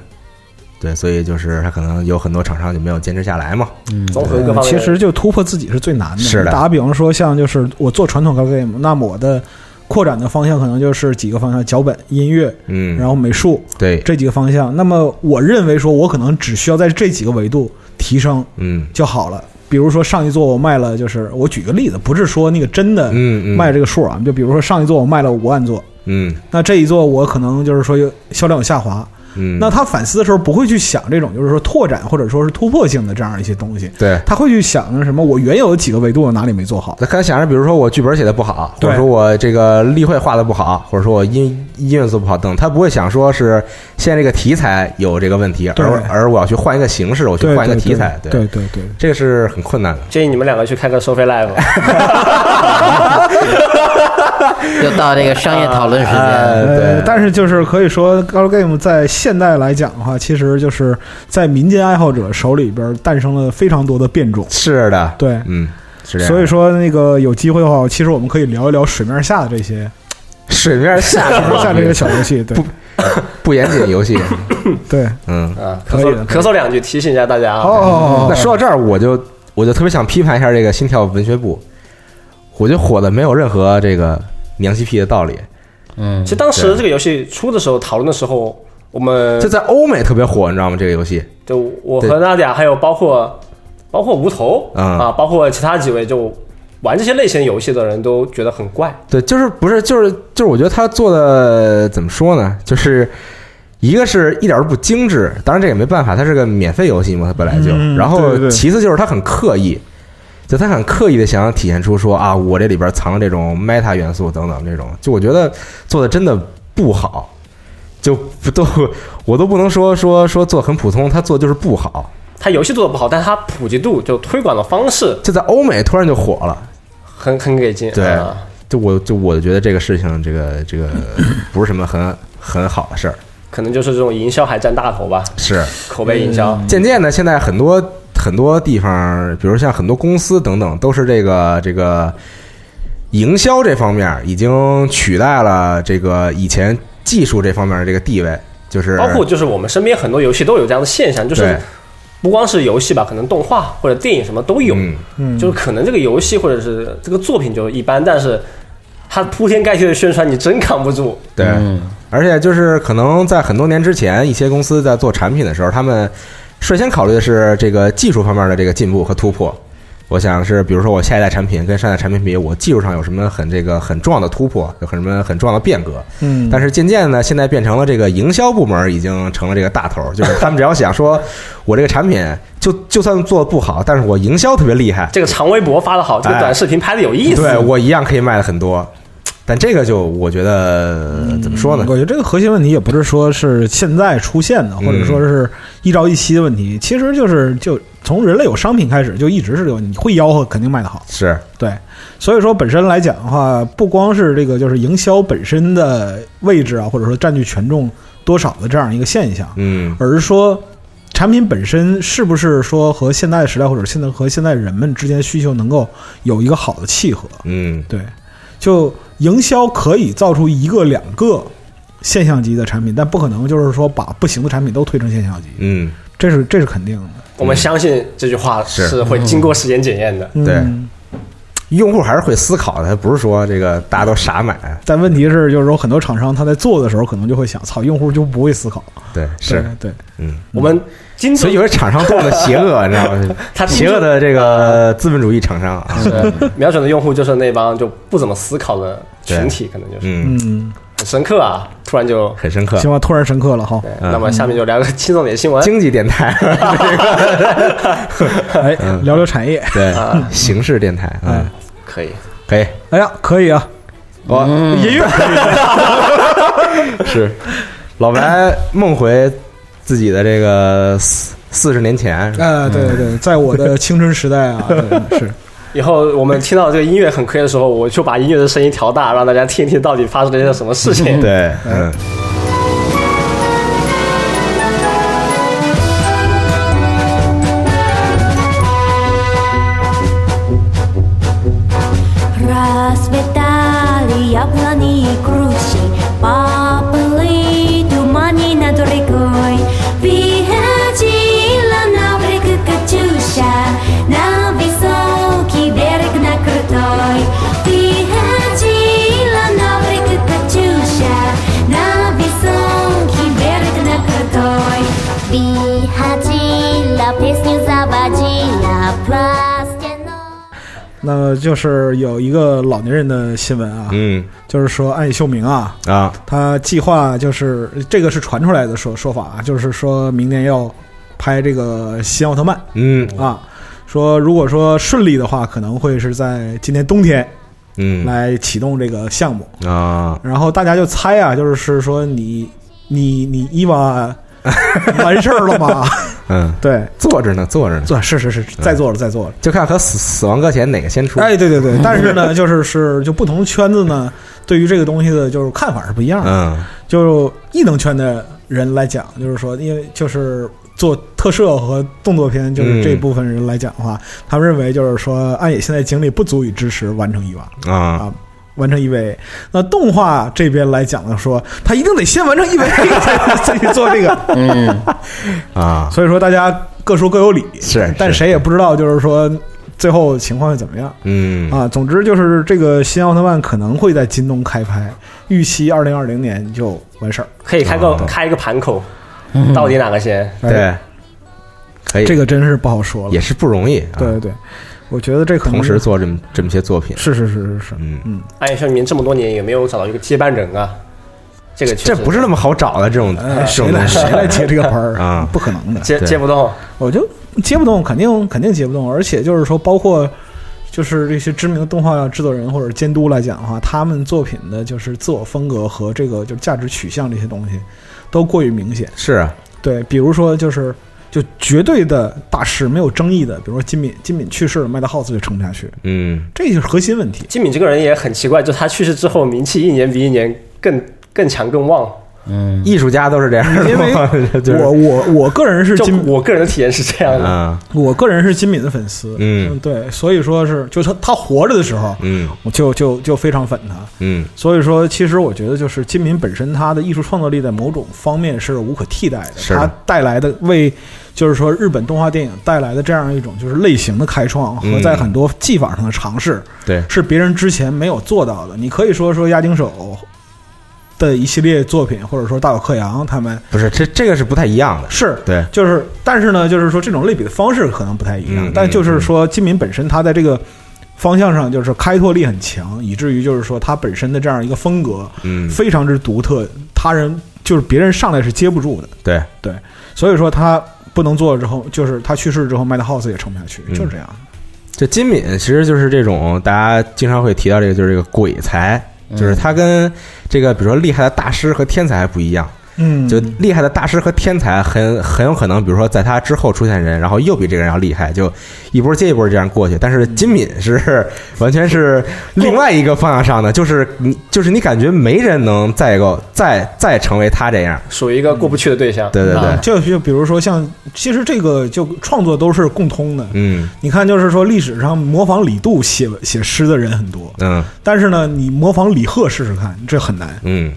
S2: 对，所以就是他可能有很多厂商就没有坚持下来嘛。
S4: 综合各
S3: 嗯
S4: 方面，
S3: 其实就突破自己是最难的。
S2: 是的
S3: 打个比方说，像就是我做传统 game，那么我的扩展的方向可能就是几个方向：脚本、音乐，
S2: 嗯，
S3: 然后美术
S2: 对，
S3: 这几个方向。那么我认为说，我可能只需要在这几个维度提升
S2: 嗯
S3: 就好了。比如说上一座我卖了，就是我举个例子，不是说那个真的
S2: 嗯嗯
S3: 卖这个数啊，就比如说上一座我卖了五万座，
S2: 嗯
S3: 那这一座我可能就是说有销量有下滑，
S2: 嗯，
S3: 那他反思的时候不会去想这种就是说拓展或者说是突破性的这样一些东西，
S2: 对。
S3: 他会去想着什么我原有的几个维度我哪里没做好，
S2: 他可能想着，比如说我剧本写的不好，或
S3: 对
S2: 者说我这个例会画的不好，或者说我音音乐做不好等，他不会想说是现在这个题材有这个问题，
S3: 对
S2: 而而我要去换一个形式，我去
S3: 对
S2: 换一个
S3: 对
S2: 题材，
S3: 对对对对，
S2: 这个是很困难的。
S4: 建议你们两个去开个 收费 live，
S1: 又到哎这个商业讨论时
S4: 啊
S1: 间。
S2: 呃，对
S3: 呃，，但是就是可以说 g a l Game 在现代来讲的话，其实就是在民间爱好者手里边诞生了非常多的变种，
S2: 是的，
S3: 对，
S2: 嗯，是这样。
S3: 所以说那个有机会的话，其实我们可以聊一聊水面下的这些
S2: 水面下
S3: 水面下这些小游戏，对
S2: 不不严谨游戏，
S3: 对，
S2: 嗯。
S4: 啊，
S3: 可
S4: 咳
S3: 以
S4: 嗽
S3: 的
S4: 咳嗽两句，提醒一下大家啊。
S3: 哦，
S2: 那说到这儿，我就我就特别想批判一下这个心跳文学部，我觉得火的没有任何这个娘西屁的道理，
S1: 嗯
S4: 其，实当时这个游戏出的时候，讨论的时候，我们
S2: 就在欧美特别火，你知道吗？这个游戏，
S4: 就我和娜姐，还有包括包括无头、
S2: 嗯
S4: 啊，包括其他几位就玩这些类型游戏的人都觉得很怪。
S2: 对，就是不是就是就是，我觉得他做的怎么说呢？就是一个是一点儿都不精致，当然这也没办法，它是个免费游戏嘛，它本来就。
S3: 嗯
S2: 然
S3: 对
S2: 后
S3: 对对
S2: 其次就是他很刻意，就他很刻意的想要体现出说啊，我这里边藏了这种 meta 元素等等这种，就我觉得做的真的不好，就不都我都不能说说说做很普通，他做就是不好。
S4: 它游戏做的不好，但是它普及度就推广的方式
S2: 就在欧美突然就火了，
S4: 很很给劲。
S2: 对
S4: 啊
S2: 就我就我觉得这个事情，这个这个不是什么很很好的事儿，
S4: 可能就是这种营销还占大头吧，
S2: 是。
S4: 口碑营
S3: 嗯
S4: 销。
S2: 渐渐的，现在很多很多地方，比如像很多公司等等，都是这个这个营销这方面已经取代了这个以前技术这方面的这个地位，就是
S4: 包括就是我们身边很多游戏都有这样的现象，就是
S2: 对
S4: 不光是游戏吧，可能动画或者电影什么都有，
S2: 嗯
S3: 嗯
S4: 就是可能这个游戏或者是这个作品就一般，但是它铺天盖地的宣传你真扛不住。
S2: 对，
S1: 嗯
S2: 而且就是可能在很多年之前，一些公司在做产品的时候，他们率先考虑的是这个技术方面的这个进步和突破。我想是，比如说我下一代产品跟上一代产品比，我技术上有什么很这个很重要的突破，有什么很重要的变革。
S3: 嗯，
S2: 但是渐渐呢，现在变成了这个营销部门已经成了这个大头儿，就是他们只要想说， 我这个产品就就算做的不好，但是我营销特别厉害，
S4: 这个长微博发的好，这个
S2: 哎
S4: 短视频拍的有意思。
S2: 对我一样可以卖的很多。但这个就我觉得
S4: 嗯
S2: 怎么说呢？
S3: 嗯我觉得这个核心问题也不是说是现在出现的，
S2: 嗯
S3: 或者说是一朝一夕的问题，其实就是就从人类有商品开始，就一直是这个，你会吆喝肯定卖得好，
S2: 是，
S3: 对。所以说本身来讲的话，不光是这个就是营销本身的位置啊，或者说占据权重多少的这样一个现象，
S2: 嗯，
S3: 而是说。产品本身是不是说和现在时代或者现在和现在人们之间的需求能够有一个好的契合？
S2: 嗯，
S3: 对，就营销可以造出一个两个现象级的产品，但不可能就是说把不行的产品都推成现象级，
S2: 嗯，
S3: 这是这是肯定的。
S4: 我们相信这句话
S2: 是
S4: 是会经过时间检验的。
S3: 嗯、
S2: 对用户还是会思考的，他不是说这个大家都傻买，
S3: 但问题是，就是说很多厂商他在做的时候，可能就会想，操，用户就不会思考。
S2: 对，是，
S3: 对，对
S2: 嗯，
S4: 我们精
S2: 所以
S4: 准
S2: 有些厂商多么邪 恶，你知道吗？
S4: 他
S2: 邪恶的这个资本主义厂商啊，
S4: 是瞄准的用户就是那帮就不怎么思考的群体，可能就是
S2: 嗯，
S3: 嗯，
S4: 很深刻啊，突然就。
S2: 很深刻。
S3: 行吧，突然深刻了哈。
S4: 对那么下面就聊个轻松点的新闻。
S2: 经济电台，
S3: 哎，
S2: 嗯
S3: 聊聊产业，
S2: 对，
S4: 啊
S2: 形式电台，嗯，
S4: 可以，
S2: 可以，
S3: 哎呀，可以啊，
S2: 我哦音乐 是老白梦回自己的这个四四十年前，
S3: 呃，对对对，在 我的青春时代啊，对是
S4: 以后我们听到这个音乐很亏的时候，我就把音乐的声音调大，让大家听一听到底发生了一些什么事情。
S2: 对，
S3: 哎
S2: 嗯，
S5: Расцветали яблони и груши, поплыли тумани над рекой. Выходила на берег Катюша, на высокий берег на крутой. Выходила на берег Катюша, на высокий берег на крутой. Выходила, песню заводила про стеной.
S3: 那就是有一个老年人的新闻啊，
S2: 嗯
S3: 就是说暗夜秀明啊，
S2: 啊，
S3: 他计划就是这个是传出来的说说法啊，就是说明年要拍这个新奥特曼
S2: 嗯
S3: 啊，说如果说顺利的话，可能会是在今年冬天
S2: 嗯
S3: 来启动这个项目。
S2: 啊，
S3: 然后大家就猜啊，就是说你你你伊 娃完事儿了 吗？
S2: 嗯，
S3: 对，
S2: 坐着呢，坐着呢，
S3: 做是是是，在做了在做了。
S2: 就看和死死亡搁浅哪个先出。
S3: 哎，对对 对，但是呢，就是是就不同圈子呢，对于这个东西的就是看法是不一样的。
S2: 嗯
S3: 就异能圈的人来讲，就是说，因为就是做特摄和动作片，就是这部分人来讲的话，他们认为就是说，暗野现在精力不足以支持完成伊娃，
S2: 啊，
S3: 完成 EVA。那动画这边来讲呢，说他一定得先完成 EVA 才再去做这个，
S1: 嗯，
S2: 啊，
S3: 所以说大家各说各有理，
S2: 是是
S3: 但谁也不知道就是说最后情况会怎么样。
S2: 嗯
S3: 啊，总之就是这个新奥特曼可能会在京东开拍，预期二零二零年就完事儿。
S4: 可以开个
S2: 啊嗯
S4: 开一个盘口，到底哪个先？
S2: 对，可以，
S3: 哎这个真是不好说了
S2: 哎也。是不容易啊。
S3: 对对对，我觉得这可能
S2: 同时做这么这么些作品，
S3: 是是是是是，
S2: 嗯
S3: 嗯，
S4: 暗夜秀明哎这么多年也没有找到一个接班人啊，这个确实
S2: 这不是那么好找的这种
S3: 哎
S2: 这
S3: 谁
S2: 种
S3: 来
S2: 东西
S3: 谁来接这个班儿
S2: 啊
S3: 不可能的，
S4: 接
S2: 对
S4: 接不动。
S3: 我就接不动，肯定肯定接不动。而且就是说，包括就是这些知名的动画制作人或者监督来讲的话，他们作品的就是自我风格和这个就价值取向这些东西都过于明显。
S2: 是啊，
S3: 对，比如说就是就绝对的大师没有争议的，比如说金敏，金敏去世了，麦当劳就撑不下去，
S2: 嗯，
S3: 这就是核心问题。
S4: 金敏这个人也很奇怪，就他去世之后，名气一年比一年更更强更旺。
S2: 艺术家都是这样的，
S3: 因为
S2: 就是
S3: 我我我个人是
S4: 就
S3: 金，
S4: 我个人的体验是这样的，
S2: 啊，
S3: 我个人是金敏的粉丝，
S2: 嗯
S3: 对，所以说是就他他活着的时候，
S2: 嗯
S3: 我就就就非常粉他。
S2: 嗯
S3: 所以说，其实我觉得就是金敏本身他的艺术创作力在某种方面是无可替代的，
S2: 是
S3: 他带来的为就是说日本动画电影带来的这样一种就是类型的开创和
S2: 嗯
S3: 在很多技法上的尝试，
S2: 对，
S3: 是别人之前没有做到的。你可以说说押井守的一系列作品，或者说大有克洋他们
S2: 不是这这个是不太一样的，
S3: 是。
S2: 对，
S3: 就是，但是呢，就是说这种类比的方式可能不太一样，
S2: 嗯
S3: 但就是说金敏本身他在这个方向上就是开拓力很强，以至于就是说他本身的这样一个风格
S2: 嗯
S3: 非常之独特，他人就是别人上来是接不住的，
S2: 对，
S3: 对，所以说他不能做了之后，就是他去世之后，麦当 house 也撑不下去，
S2: 嗯
S3: 就是这样。
S2: 这金敏其实就是这种大家经常会提到这
S3: 嗯
S2: 个，就是这个鬼才，就是他跟这个比如说厉害的大师和天才还不一样，
S3: 嗯，
S2: 就厉害的大师和天才很很有可能，比如说在他之后出现人，然后又比这个人要厉害，就一波接一波这样过去。但是金敏是完全是另外一个方向上的，就是你就是你感觉没人能再够再再成为他这样。
S4: 属于一个过不去的对象。
S2: 对对对
S4: 啊，
S3: 就就比如说像，其实这个就创作都是共通的。
S2: 嗯
S3: 你看，就是说历史上模仿李杜写写诗的人很多，
S2: 嗯
S3: 但是呢，你模仿李贺试试看，这很难。
S2: 嗯，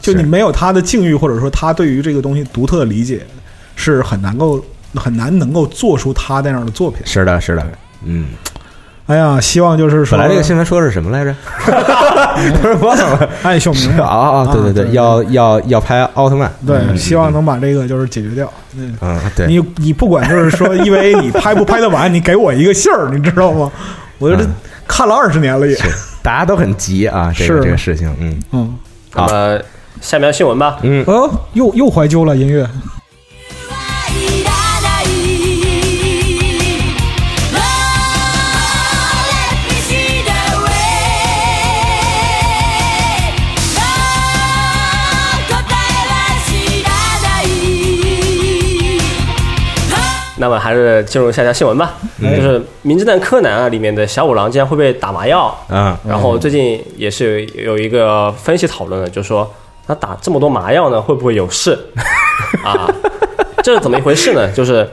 S3: 就你
S2: 是
S3: 没有他的境遇，或者说他对于这个东西独特的理解，是很难够很难能够做出他那样的作品。
S2: 是的，是的，嗯。
S3: 哎呀，希望就是说，
S2: 本来这个新闻说是什么来着？ 不是忘 了
S3: 爱秀明
S2: 啊
S3: 白
S2: 啊！啊对对对，要要要拍奥特曼。
S3: 对，希望能把这个就是解决掉。嗯，
S2: 嗯，对，
S3: 你你不管就是说，因为你拍不拍得完，你给我一个信儿，你知道吗？我这
S2: 嗯
S3: 看了二十年了也。
S2: 是大家都很急啊，这
S3: 是
S2: 个这个事情，嗯
S3: 嗯，
S4: 那么下面新闻吧。
S2: 啊嗯，
S3: 哦，又又怀旧了音乐。
S5: いらない「No, let me see the way」「No, 答えは知らない」
S4: 那么还是进入下条新闻吧，
S2: 嗯
S4: 就是《名侦探柯南》啊里面的小五郎竟然会被打麻药，
S2: 啊，
S4: 然后最近也是有有一个分析讨论的，就说他打这么多麻药呢，会不会有事啊？这是怎么一回事呢？就是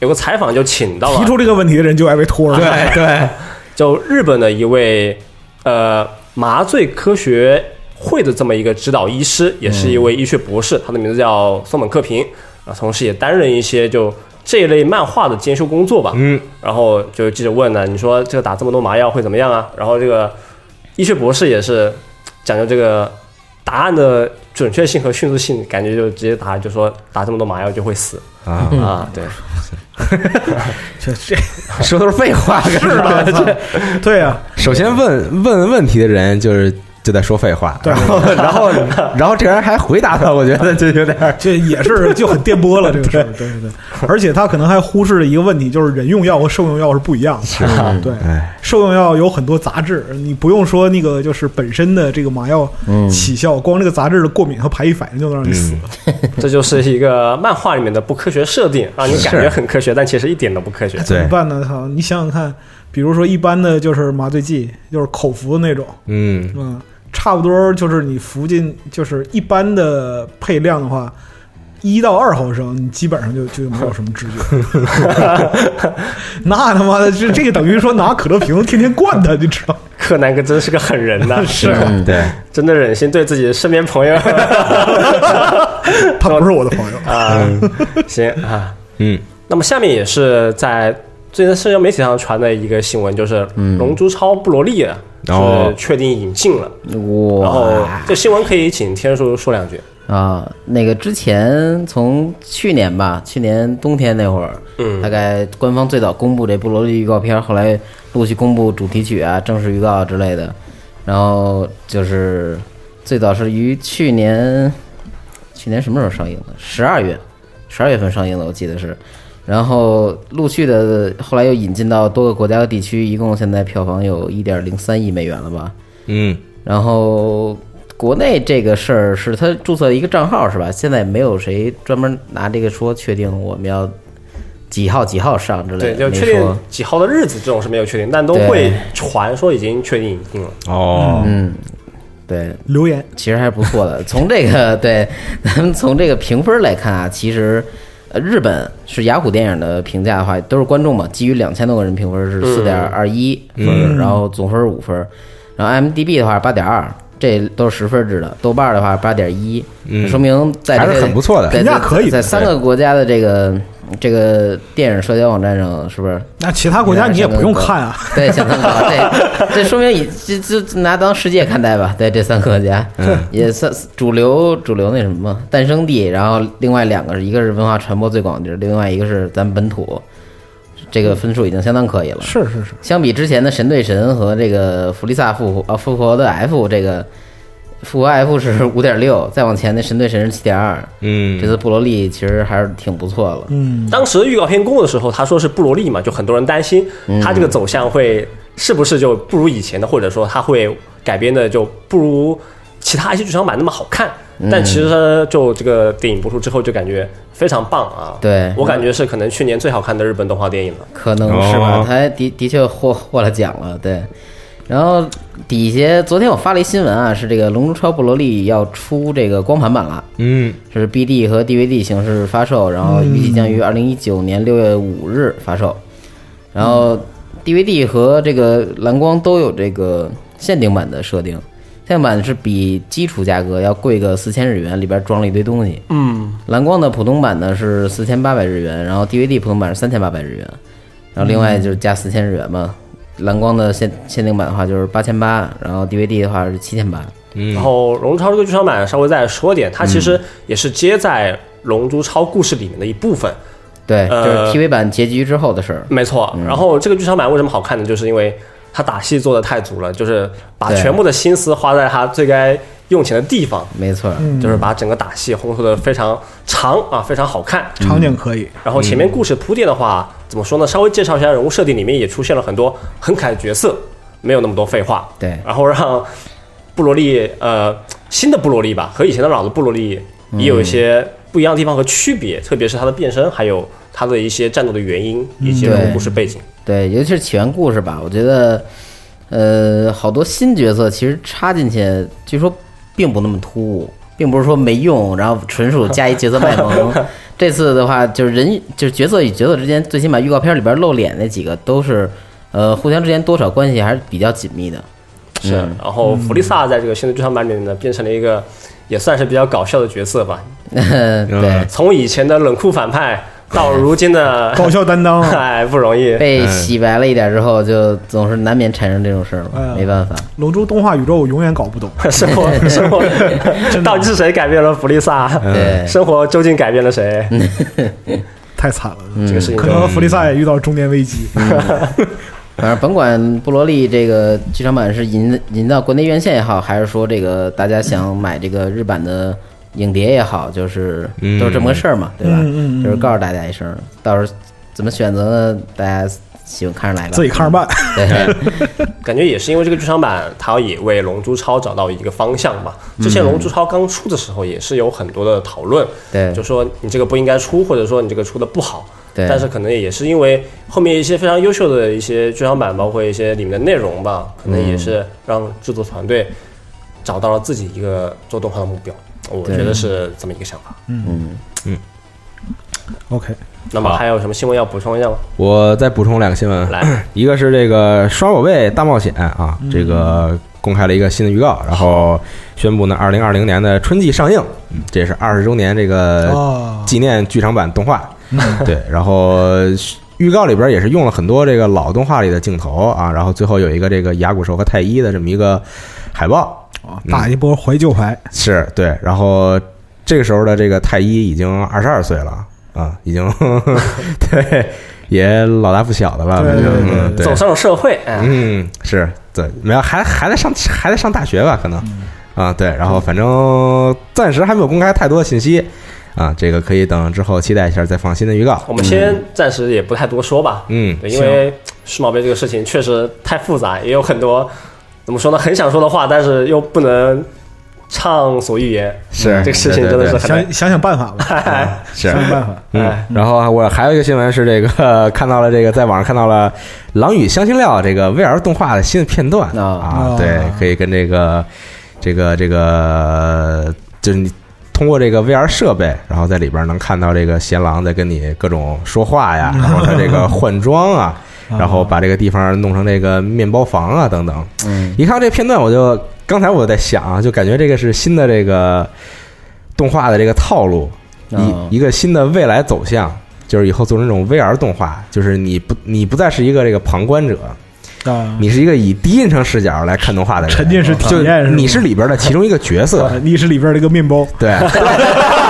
S4: 有个采访就请到
S3: 提
S4: 了，
S3: 出这个问题的人就爱被拖了。
S2: 对对，
S4: 就日本的一位呃麻醉科学会的这么一个指导医师，也是一位医学博士，他的名字叫松本克平啊，同时也担任一些就这一类漫画的监修工作吧。
S2: 嗯
S4: 然后就记者问呢，你说这个打这么多麻药会怎么样啊？然后这个医学博士也是讲究这个答案的准确性和迅速性，感觉就直接答就说打这么多麻药就会死
S2: 啊，
S4: 啊，对，
S3: 这这
S2: 说的都是废话，是吧？这
S3: 对啊呀，
S2: 首先问问问题的人就是就在说废话，
S3: 对
S2: 然后然后然后这个人还回答他，我觉得这有点儿
S3: 这也是就很电波了这个事儿。 对对对，而且他可能还忽视了一个问题，就是忍用药和兽用药是啊不一样的。对，
S2: 哎，
S3: 兽用药有很多杂质，你不用说那个就是本身的这个麻药起效，光这个杂质的过敏和排异反应就能让你死。
S4: 这就是一个漫画里面的不科学设定，让你感觉很科学，但其实一点都不科学。
S3: 怎么
S2: 对，
S3: 办呢？操，你想想看，比如说一般的就是麻醉剂，就是口服的那种，
S2: 嗯
S3: 嗯，差不多就是你服进就是一般的配量的话，一到二毫升，你基本上就就没有什么知觉。那他妈的，这这个等于说拿可乐瓶天天灌他，你知道吗？
S4: 柯南可真是个狠人呐、是
S2: 嗯对，
S4: 真的忍心对自己身边朋友
S3: 他不是我的朋友。
S4: 啊，行啊。
S2: 嗯
S4: 那么下面也是在最近社交媒体上传的一个新闻，就是《龙珠超》布罗利啊，
S2: 哦
S4: 是确定引进了。然后
S1: 嗯哇
S4: 这新闻可以请天叔说两句。
S1: 啊！那个之前从去年吧，去年冬天那会儿，
S4: 嗯
S1: 大概官方最早公布这布罗利预告片，后来陆续公布主题曲啊、正式预告之类的。然后就是最早是于去年，去年什么时候上映的？十二月，十二月份上映的，我记得是。然后陆续的，后来又引进到多个国家和地区，一共现在票房有一点零三亿美元了吧？
S2: 嗯
S1: 然后国内这个事儿是他注册了一个账号是吧？现在没有谁专门拿这个说确定我们要几号几号上之类
S4: 对，
S1: 的，
S4: 就
S1: 没
S4: 确
S1: 说
S4: 定。几号的日子这种是没有确定，但都
S1: 对
S4: 会传说已经确定引进了。
S2: 哦，
S1: 嗯，对，
S3: 留言，
S1: 其实还是不错的。 从这个对， 咱们从这个评分来看啊，其实。呃，日本是雅虎电影的评价的话，都是观众嘛，基于两千多个人评分
S2: 嗯
S1: 是四点二一分，然后总分五分，然后 IMDB 的话八点二，这都是十分制的，豆瓣的话八点一，
S2: 嗯
S1: 说明在这个
S2: 还是很不错的
S1: 在
S3: 评价
S1: 在
S3: 可以
S1: 在三个国家的这个这个电影社交网站上，是不是
S3: 那其他国家你也不用看啊。
S1: 对，想参考，这这说明以这这拿当世界看待吧。对，这三个国家，
S3: 嗯
S1: 也算主流主流那什么诞生地，然后另外两个是一个是文化传播最广的地儿，另外一个是咱们本土，这个分数已经相当可以了。
S3: 是是是，
S1: 相比之前的神对神和这个弗利萨复活啊复活的 F 这个复活 F 是五点六，再往前的神对神是七点二，这
S2: 嗯
S1: 次布罗利其实还是挺不错了。
S3: 嗯，
S4: 当时预告片公布的时候，他说是布罗利嘛，就很多人担心他这个走向会是不是就不如以前的，或者说他会改编的就不如其他一些剧场版那么好看。但其实就这个电影播出之后，就感觉非常棒啊！
S1: 对
S4: 我感觉是可能去年最好看的日本动画电影了。
S1: 可能是吧
S2: 哦，
S1: 他的的确获获了奖了，对。然后底下昨天我发了一新闻啊，是这个《龙珠超布罗利》要出这个光盘版了，
S2: 嗯，
S1: 是 BD 和 DVD 形式发售，然后预计将于二零一九年六月五日发售。然后 DVD 和这个蓝光都有这个限定版的设定，限定版是比基础价格要贵个四千日元，里边装了一堆东西。
S4: 嗯，
S1: 蓝光的普通版呢是四千八百日元，然后 DVD 普通版是三千八百日元，然后另外就是加四千日元嘛。蓝光的限限定版的话就是八千八，然后 DVD 的话是七千八。
S4: 然后《龙珠超》这个剧场版稍微再说点，它其实也是接在《龙珠超》故事里面的一部分。
S1: 对，就
S4: 呃
S1: 是 TV 版结局之后的事儿。
S4: 没错，然后这个剧场版为什么好看呢？就是因为他打戏做的太足了，就是把
S1: 对
S4: 全部的心思花在他最该用钱的地方，
S1: 没错儿，
S4: 就是把整个打戏烘托的非常长啊，非常好看。
S1: 嗯
S3: 场景可以，
S4: 然后前面故事铺垫的话，怎么说呢？稍微介绍一下人物设定，里面也出现了很多很可爱的角色，没有那么多废话。
S1: 对
S4: 然后让布罗利，呃，新的布罗利吧，和以前的老的布罗利也有一些
S1: 嗯
S4: 不一样的地方和区别，特别是他的变身，还有他的一些战斗的原因以及人物
S1: 对
S4: 故事背景。
S1: 对，尤其是起源故事吧，我觉得，呃，好多新角色其实插进去，据说并不那么突兀，并不是说没用，然后纯属加一角色卖 萌。这次的话，就是人就是角色与角色之间，最起码预告片里边露脸那几个都是，呃，互相之间多少关系还是比较紧密的。
S4: 是，然后弗利萨在这个新的剧场版里面呢，变成了一个也算是比较搞笑的角色吧。
S1: 对，
S4: 从以前的冷酷反派到如 今的，
S3: 搞笑担当
S4: 哎，不容易。
S1: 被洗白了一点之后，就总是难免产生这种事儿
S4: 哎
S1: 嘛，
S3: 嗯
S1: 没办法。
S3: 龙珠动画宇宙我永远搞不懂。
S4: 生活，生活 到底是谁改变了弗利萨？
S1: 对
S4: 生活究竟改变了谁？
S3: 太惨了，
S4: 这个事情
S3: 可
S4: 就
S3: 能弗利萨也遇到中年危机。
S1: 反正甭管布罗利这个剧场版是引引到国内院线也好，还是说这个大家想买这个日版的影碟也好，就是
S2: 嗯
S1: 都是这么个事儿嘛，对吧？
S3: 嗯嗯嗯
S1: 就是告诉大家一声，到时候怎么选择呢？大家喜欢看着来吧，
S3: 自己看着办。
S1: 对，
S4: 感觉也是因为这个剧场版，它也为《龙珠超》找到一个方向吧。之前《龙珠超》刚出的时候，也是有很多的讨论，
S1: 对
S4: 就说你这个不应该出，或者说你这个出的不好。
S1: 对
S4: 但是可能也是因为后面一些非常优秀的一些剧场版，包括一些里面的内容吧，
S2: 嗯
S4: 可能也是让制作团队找到了自己一个做动画的目标。我
S1: 对
S4: 觉得是这么一个想法。
S1: 嗯，
S3: OK，
S4: 那么
S2: 好
S4: 还有什么新闻要补充一下吗？
S2: 我再补充两个新闻，啊
S4: 来，
S2: 一个是这个《双宝贝大冒险》啊，这个公开了一个新的预告，然后宣布呢，二零二零年的春季上映，嗯这也是二十周年这个
S3: 啊，嗯
S2: 纪念剧场版动画。对，然后预告里边也是用了很多这个老动画里的镜头啊，然后最后有一个这个牙骨兽和太一的这么一个海报，
S3: 打一波怀旧牌，
S2: 是对，然后这个时候的这个太一已经二十二岁了啊，已 经对也老大不小的了，
S3: 对
S2: 反正
S3: 对对
S2: 嗯对
S4: 走上了社会，哎，
S2: 嗯是对，没有还还在上还在上大学吧，可能
S3: 嗯
S2: 啊对，然后反正暂时还没有公开太多的信息啊，这个可以等之后期待一下再放新的预告
S4: 我，们先暂时也不太多说吧。
S2: 嗯
S4: 对，因为数码杯这个事情确实太复杂，也有很多怎么说呢，很想说的话，但是又不能畅所欲言。
S2: 是
S4: 嗯这个事情
S2: 对对
S4: 真
S2: 对
S4: 的是很
S3: 想
S4: 难。
S3: 想想办法 吧，
S4: 哎
S2: 是
S3: 想。想办法。
S2: 嗯
S4: 哎，
S2: 然后我还有一个新闻是这个 看到了这个在网上看到了《狼与香辛料》这个 VR 动画的新的片段
S1: 啊
S2: 啊
S3: 啊，
S2: 对，可以跟这个这个这个就是你通过这个 VR 设备，然后在里边能看到这个贤狼在跟你各种说话呀，然后他这个换装啊，然后把这个地方弄成这个面包房啊等等。
S1: 嗯，
S2: 一看这片段，我就刚才我在想啊，就感觉这个是新的这个动画的这个套路，
S1: 哦
S2: 一一个新的未来走向，就是以后做成这种 VR 动画，就是你不你不再是一个这个旁观者，
S3: 啊，
S2: 你是一个以第一人称视角来看动画的人，
S3: 沉浸式体
S2: 就
S3: 验是吧
S2: 你是里边的其中一个角色
S3: 啊，历史里边的一个面包，
S2: 对。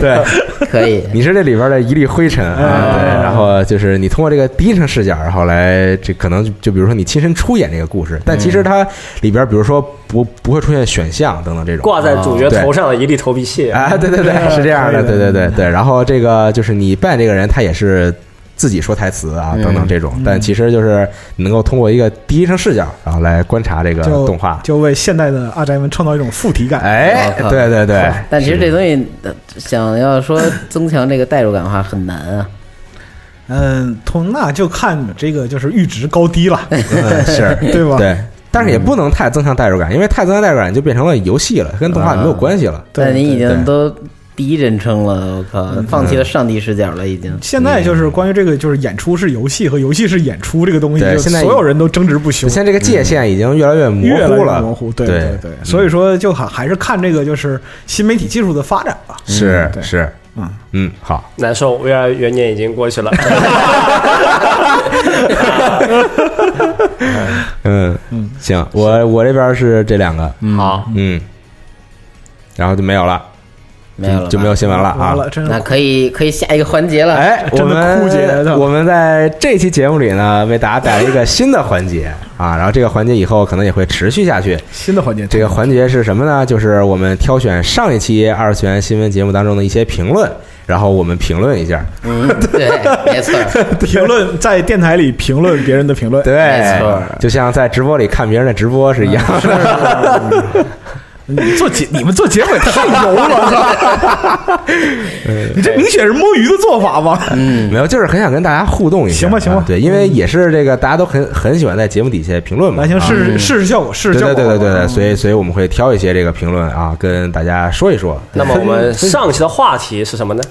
S2: 对，
S1: 可以，
S2: 你是这里边的一粒灰尘
S1: 哎
S2: 啊，对，然后就是你通过这个第一人称视角，然后来这可能就就比如说你亲身出演这个故事，但其实它里边比如说不不会出现选项等等这种
S4: 挂在主角头上的一粒头皮屑，
S3: 啊
S1: 哎
S2: 啊，对对对，是这样的，
S3: 可以的
S2: 对对对对。然后这个就是你扮演这个人，他也是自己说台词啊
S1: 嗯
S2: 等等这种，但其实就是能够通过一个第一人称视角，然后来观察这个
S3: 就
S2: 啊动画。
S3: 就为现代的阿宅们创造一种附体感。
S2: 哎，
S1: 我靠
S2: 对 对对，
S1: 啊但其实这东西呃想要说增强这个代入感的话很难啊。
S3: 嗯，同那就看你们这个就是阈值高低了，
S2: 嗯是
S3: 对吧嗯
S2: 对，但是也不能太增强代入感，因为太增强代入感就变成了游戏了，跟动画没有关系了。
S3: 啊对嗯
S1: 但你已
S2: 对对
S1: 经都第一人称了，我靠，放弃了上帝视角了，已经。
S3: 现在就是关于这个，就是演出是游戏和游戏是演出这个东西，
S2: 对
S3: 就
S2: 现在
S3: 所有人都争执不休
S2: 就，现在这个界限已经越来越模
S3: 越来越
S2: 糊了，
S3: 模糊。对
S2: 对嗯
S3: 对，所以说就还还是看这个就是新媒体技术的发展吧。
S2: 嗯是
S3: 对
S2: 是，
S3: 嗯
S2: 嗯，好，
S4: 难受，VR 元年已经过去 了。
S2: 嗯
S3: 嗯，
S2: 行，我我这边是这两个，
S4: 好，
S2: 嗯，然后就没有了，
S1: 没有了吧，
S2: 就没有新闻了啊
S3: 完。嗯了，真
S1: 那
S3: 是
S1: 可以可以下一个环节了。
S2: 哎，我
S3: 真的枯竭
S2: 们
S3: 的
S2: 我们在这期节目里呢，为大家带来一个新的环节啊，然后这个环节以后可能也会持续下去。
S3: 新的环节，
S2: 这个环节是什么呢？就是我们挑选上一期二次元新闻节目当中的一些评论，然后我们评论一下。
S1: 嗯， 对，没错，
S3: 评论在电台里评论别人的评论，
S2: 对，
S1: 没错
S2: 嗯就像在直播里看别人的直播是一样的。
S3: 你们做结你们做结尾太油了， 你这明显是摸鱼的做法吧？
S4: 嗯
S2: 没有，就是很想跟大家互动一下。
S3: 行吧行吧
S2: 啊对，因为也是这个大家都很很喜欢在节目底下评论嘛。
S3: 来，行，
S2: 啊
S3: 试试试试效果，试试
S2: 对
S3: 效
S2: 对对
S3: 果。
S2: 对对对，所以所以我们会挑一些这个评论啊，跟大家说一说。
S4: 那么我们上期的话题是什么呢？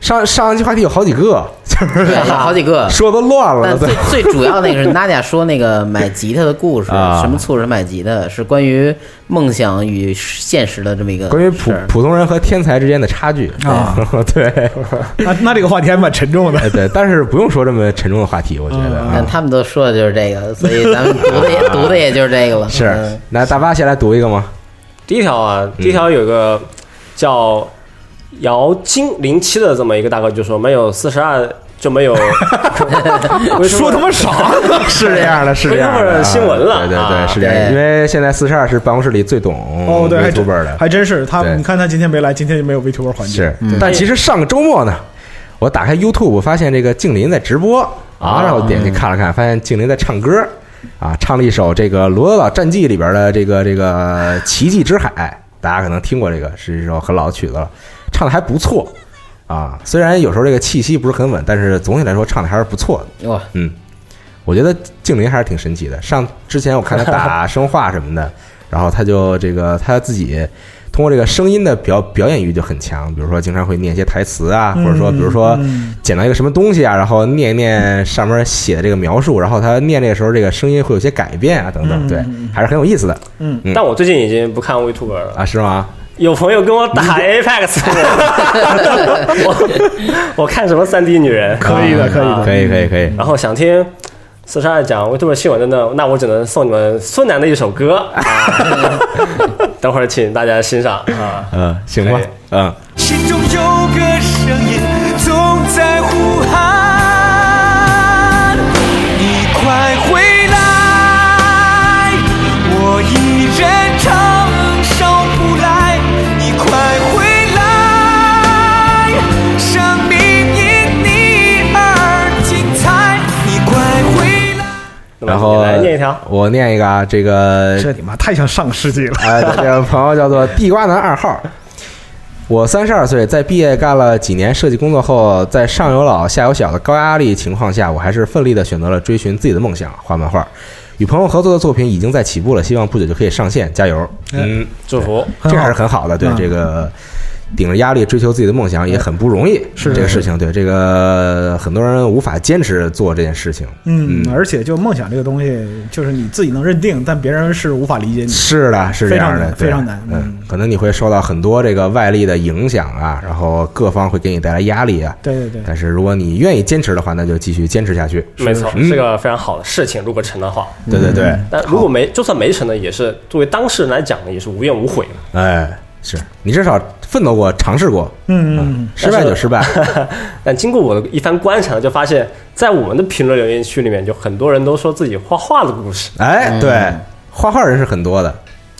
S2: 上上一期话题有好几个，就是
S1: 对，有好几个。
S2: 说都乱了。
S4: 啊
S1: 但
S2: 对
S1: 最，最主要那个是娜姐说那个买吉他的故事，
S2: 啊
S1: 什么促使买吉他，是关于梦想与现实的这么一个
S2: 关于
S1: 事
S2: 普
S1: 儿
S2: 普通人和天才之间的差距
S3: 啊，
S2: 对。
S3: 那那这个话题还蛮沉重的。
S2: 哎，对，但是不用说这么沉重的话题，我觉得
S4: 嗯
S1: 但
S2: 啊。
S1: 他们都说的就是这 个，所以咱们读的也读的也就是这个了。
S2: 是
S1: 嗯，
S2: 那大巴先来读一个吗？
S4: 第一条啊，第一条有个叫姚金零七的这么一个大哥就说，没有四十二 就没有
S3: 说他妈啥呢？
S2: 是这样的，是这 样
S4: 微
S2: 的
S4: 博新闻了
S2: 啊对对
S4: 啊
S2: 对，是这样。
S1: 对
S2: 因为现在四十二是办公室里最懂
S3: 哦，对，还
S2: v
S3: 真
S2: b e r 的，
S3: 还真是他
S2: 对。
S3: 你看他今天没来，今天就没有 VTuber 环节。嗯
S2: 是，但其实上个周末呢，我打开 YouTube 我发现这个静林在直播啊，然后我点进去看了看，发现静林在唱歌啊，唱了一首这个《罗德岛战记》里边的这个这个《奇迹之海》，大家可能听过这个，是一首很老的曲子了，唱的还不错啊。虽然有时候这个气息不是很稳，但是总体来说唱的还是不错的。
S1: 哇，
S2: 嗯，我觉得静林还是挺神奇的。上之前我看他打生化什么的，然后他就这个他自己通过这个声音的表表演欲就很强，比如说经常会念一些台词啊，或者说比如说
S3: 嗯
S2: 捡到一个什么东西啊，然后念一念上面写的这个描述，然后他念这个时候这个声音会有些改变啊等等，对，还是很有意思的
S3: 嗯，
S4: 但我最近已经不看 VTuber 了。
S2: 啊，是吗？
S4: 有朋友跟我打
S3: 嗯
S4: Apex，我我看什么三 D 女人，
S3: 可以的，可以
S4: 啊
S3: 的。
S2: 可以可以可以，
S4: 然后想听四十二讲 VTuber 新闻的呢，那我只能送你们孙楠的一首歌，啊 等会儿请大家欣赏啊。
S2: 嗯，行吧
S4: 可以，
S2: 嗯，
S6: 心中有个声音总在呼喊，你快回来，我一人承受不来，你快回来，生命因你而精彩，你快回来。
S4: 那么
S2: 然后
S4: 你来念一条，
S2: 我念一个啊，这个
S3: 这你妈太像上世纪了。
S2: 哎，这个朋友叫做地瓜男二号。我三十二岁，在毕业干了几年设计工作后，在上有老下有小的高压力情况下，我还是奋力的选择了追寻自己的梦想，画漫画。与朋友合作的作品已经在起步了，希望不久就可以上线，加油！嗯，
S4: 祝福。
S3: 哎很
S2: 这还
S3: 好
S2: 是很好的，对
S3: 嗯哎
S2: 这个顶着压力追求自己的梦想也很不容易，
S3: 是
S2: 这个事情，对这个很多人无法坚持做这件事情。
S3: 嗯，而且就梦想这个东西，就是你自己能认定，但别人是无法理解你。
S2: 是的，是这样的，
S3: 非常难
S2: 对
S3: 非常难
S2: 嗯，可能你会受到很多这个外力的影响啊，然后各方会给你带来压力啊。
S3: 对对对，
S2: 但是如果你愿意坚持的话，那就继续坚持下去。
S4: 没错，
S2: 嗯
S4: 是个非常好的事情。如果成的话，
S2: 对对对，
S4: 但如果没，就算没成呢，也是作为当事人来讲呢，也是无怨无悔的。
S2: 哎，是你至少奋斗过，尝试过，
S3: 嗯嗯
S2: 失败就失败。
S4: 但经过我的一番观察呢，就发现，在我们的评论留言区里面，就很多人都说自己画画的故事，
S2: 哎，对，画画人是很多的，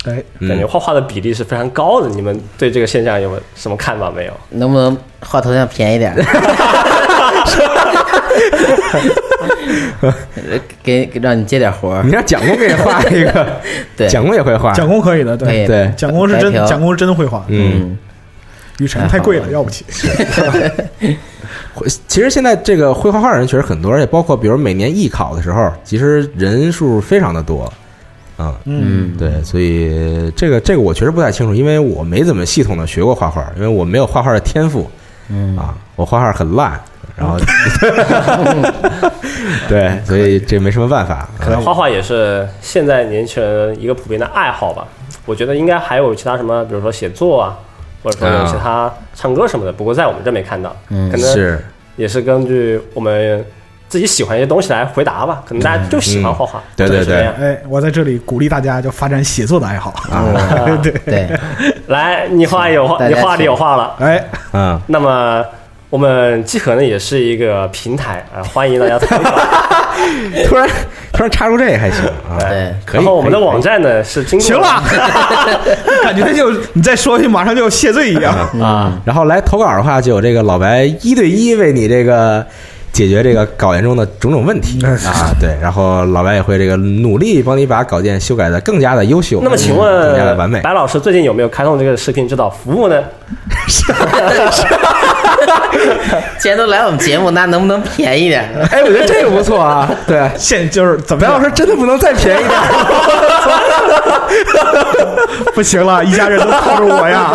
S3: 嗯，哎，
S2: 嗯
S4: 感觉画画的比例是非常高的。你们对这个现象有什么看法没有？
S1: 能不能画头像便宜点儿？给给让你接点活儿
S2: 你，让蒋工给你画一 个，
S1: 对
S2: 蒋工也会画，
S3: 蒋工可以的，
S1: 可
S3: 对
S1: 以
S2: 对
S3: 蒋工是
S1: 白
S3: 真
S1: 嫖
S3: 蒋工是真会画，
S2: 嗯，哎
S3: 雨辰太贵了，要不起。
S2: 会其实现在这个会画画的人确实很多，而且包括比如每年艺考的时候，其实人数非常的多，嗯，
S3: 嗯，
S2: 对，所以这个这个我确实不太清楚，因为我没怎么系统的学过画画，因为我没有画画的天赋，嗯啊，我画画很烂，然后，对，所以这没什么办法，
S4: 可能画画也是现在年轻人一个普遍的爱好吧。我觉得应该还有其他什么，比如说写作啊，或者说有其他唱歌什么的。不过在我们这没看到，可能
S2: 嗯是
S4: 也是根据我们自己喜欢一些东西来回答吧。可能大家就喜欢画画，
S2: 嗯对对
S4: 就是这
S2: 对
S4: 样
S3: 哎，我在这里鼓励大家就发展写作的爱好。
S1: 对，
S4: 来，你画有画，
S1: 大
S4: 你
S1: 家
S4: 画里有画了。
S3: 哎，
S2: 嗯，
S4: 那么我们集合呢也是一个平台啊、欢迎大家投稿。
S2: 突然突然插入这个还行啊，
S1: 对
S2: 可以，
S4: 然后我们的
S2: 可以
S4: 网站呢是经过
S3: 行了， 感觉就你再说下去马上就要谢罪一样。
S1: 嗯
S2: 啊，然后来投稿的话，就有这个老白一对一为你这个解决这个稿件中的种种问题啊，对，然后老白也会这个努力帮你把稿件修改的更加的优秀，
S4: 那么，请
S2: 更加的完
S4: 问
S2: 美
S4: 白老师最近有没有开通这个视频指导服务呢？
S1: 既然都来我们节目，那能不能便宜点？
S2: 哎，我觉得这个不错啊，对。
S3: 现就是怎么
S2: 白
S3: 样
S2: 老师真的不能再便宜点儿，
S3: 不行了，一家人都靠着我呀。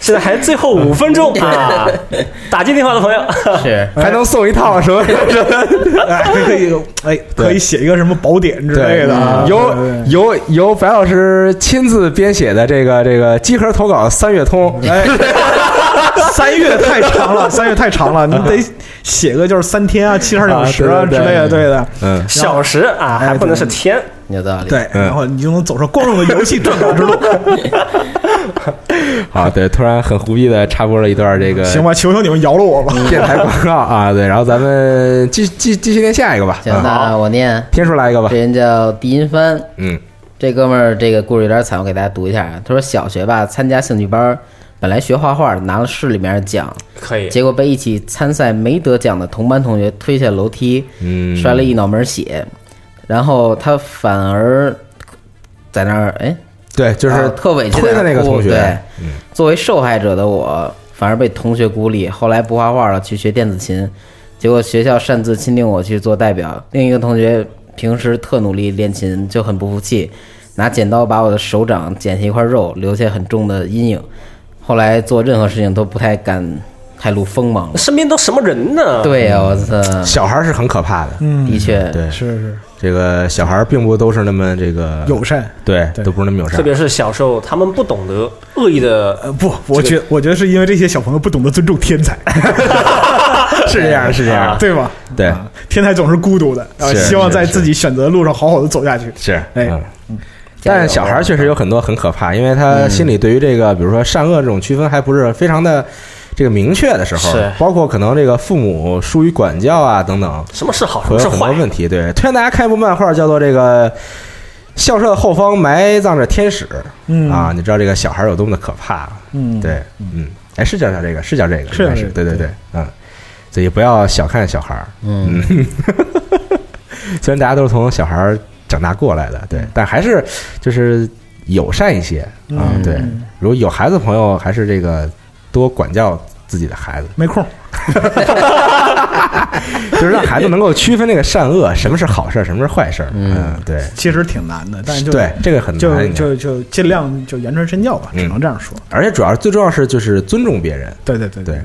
S4: 现在还最后五分钟啊！ 打进电话的朋友，
S1: 是
S2: 还能送一套什么什么什么？
S3: 哎，可以，哎，可以写一个什么宝典之类的啊，
S2: 由
S3: 对对对
S2: 由由白老师亲自编写的这个这个集合投稿三月通，
S3: 哎，三月太长了， 三月太长了，你得写个就是三天啊、七十二小时嗯啊
S2: 啊
S3: 之
S2: 对对
S3: 类的，对的，
S2: 嗯，
S4: 小时啊，还不能是天。
S1: 有道理，
S3: 对，
S2: 嗯
S3: 然后你就能走上光荣的游戏撰稿之 路，
S2: 好，对，突然很胡逼的插播了一段这个
S3: 行吧？求求你们饶了我吧。
S2: 电台广告啊，对，然后咱们继继继续念下一个吧。
S1: 行，那我念，
S2: 天叔来一个吧
S1: 这。人叫狄银帆，
S2: 嗯，
S1: 这哥们儿这个故事有点惨，我给大家读一下啊。他说小学吧参加兴趣班儿，本来学画画拿了市里面的奖，
S4: 可以，
S1: 结果被一起参赛没得奖的同班同学推下楼梯，
S2: 嗯
S1: 摔了一脑门血，然后他反而在那儿哎，
S2: 对，就
S1: 啊
S2: 是
S1: 特委屈
S2: 推
S1: 在
S2: 的那个
S1: 哭
S2: 同学，嗯
S1: 对，作为受害者的我，反而被同学孤立。后来不画画了，去学电子琴，结果学校擅自钦定我去做代表。另一个同学平时特努力练琴，就很不服气，拿剪刀把我的手掌剪下一块肉，留下很重的阴影。后来做任何事情都不太敢太露锋芒了。
S4: 身边都什么人呢？，
S1: 对呀、我操，
S2: 小孩儿是很可怕的。
S1: 的确，
S2: 嗯对，
S3: 是是，
S2: 这个小孩儿并不都是那么这个
S3: 友，善。
S2: 对，
S3: 对
S2: 都不是那么友
S4: 特
S2: 善。
S4: 别是小时候，他们不懂得恶意
S3: 呃，
S4: 的，
S3: 不，我觉我觉得是因为这些小朋友不懂得尊重天 才，
S2: 是这样 的，是这样的，
S3: 对吧？
S2: 哎对
S3: 啊天才总是孤独的，啊
S2: 是
S3: 希望在
S2: 是
S3: 自己选择的路上好好的走下去。
S2: 是，
S3: 哎
S2: 嗯。但小孩儿确实有很多很可怕，因为
S1: 嗯
S2: 他心里对于这个，比如说善恶这种区分还不是非常的这个明确的时候
S4: 是，
S2: 包括可能这个父母疏于管教啊等等，
S4: 什么是好，什
S2: 会
S4: 么是
S2: 有很多
S4: 坏。
S2: 问题。对，推荐大家看一部漫画，叫做这个《校舍后方埋葬着天使》。
S3: 嗯
S2: 啊，你知道这个小孩有多么的可怕？
S3: 嗯
S2: 对，嗯，哎，是叫叫这个，是叫这个，
S3: 是
S2: 应该
S3: 叫这
S2: 是
S3: 个
S2: 对对
S3: 对
S2: 对，嗯，所以不要小看小孩儿。嗯，虽然大家都是从小孩儿长大过来的，对，
S3: 嗯
S2: 但还是就是友善一些啊。
S3: 嗯
S2: 对，如果有孩子朋友，还是这个多管教自己的孩子。
S3: 没空，
S2: 就是让孩子能够区分这个善恶，什么是好事儿，什么是坏事儿。嗯，对，
S3: 其实挺难的，但是就
S2: 对，这个很
S3: 就
S2: 难。
S3: 就就尽量就言传身教吧，只能这样说。
S2: 而且主要最重要是就是尊重别人，
S3: 对对对
S2: 对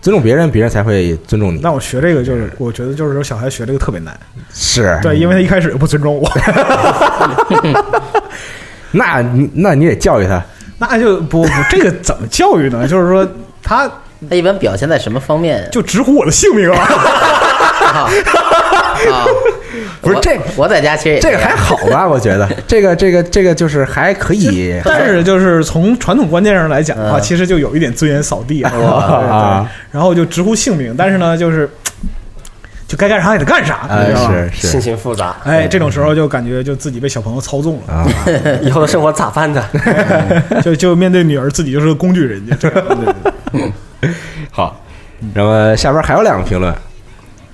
S2: 尊重别人，别人才会尊重你。
S3: 那我学这个就是，我觉得就是说小孩学这个特别难，
S2: 是，
S3: 对，因为他一开始就不尊重我，
S2: 那你那你得教育他。
S3: 那就不不这个怎么教育呢？就是说他
S1: 他一般表现在什么方面？
S3: 就直呼我的姓名 啊，
S1: 啊，啊
S2: 不是
S1: 我
S2: 这
S1: 我在家其实也
S2: 这个
S1: 样
S2: 还好 吧？我觉得这个这个这个就是还可 以。
S3: 但是就是从传统观念上来讲的话，
S1: 嗯
S3: 其实就有一点尊严扫地啊， 对
S2: 啊
S3: 对然后就直呼姓名，但是呢，就是就该干啥也得干啥，你
S2: 呃，
S3: 知道吧？
S2: 是
S4: 心
S2: 是
S4: 情复杂，
S3: 哎，这种时候就感觉就自己被小朋友操纵了，
S2: 啊，
S4: 以后的生活咋办呢？
S3: 就就面对女儿自己就是个工具人家，这样对对对
S2: 好。那么下边还有两个评论，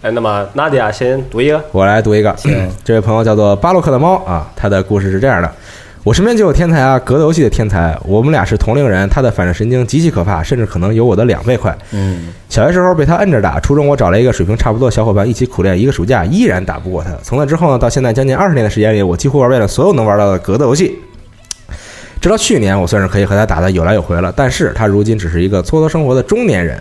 S4: 哎，那么娜迪亚先读一个，
S2: 我来读一个，这位朋友叫做巴洛克的猫啊，他的故事是这样的：我身边就有天才啊，格斗游戏的天才，我们俩是同龄人，他的反射神经极其可怕，甚至可能有我的两倍快。
S1: 嗯，
S2: 小学时候被他摁着打，初中我找了一个水平差不多的小伙伴一起苦练，一个暑假依然打不过他。从那之后呢，到现在将近二十年的时间里，我几乎玩遍了所有能玩到的格斗游戏。直到去年，我算是可以和他打得有来有回了，但是他如今只是一个蹉跎生活的中年人，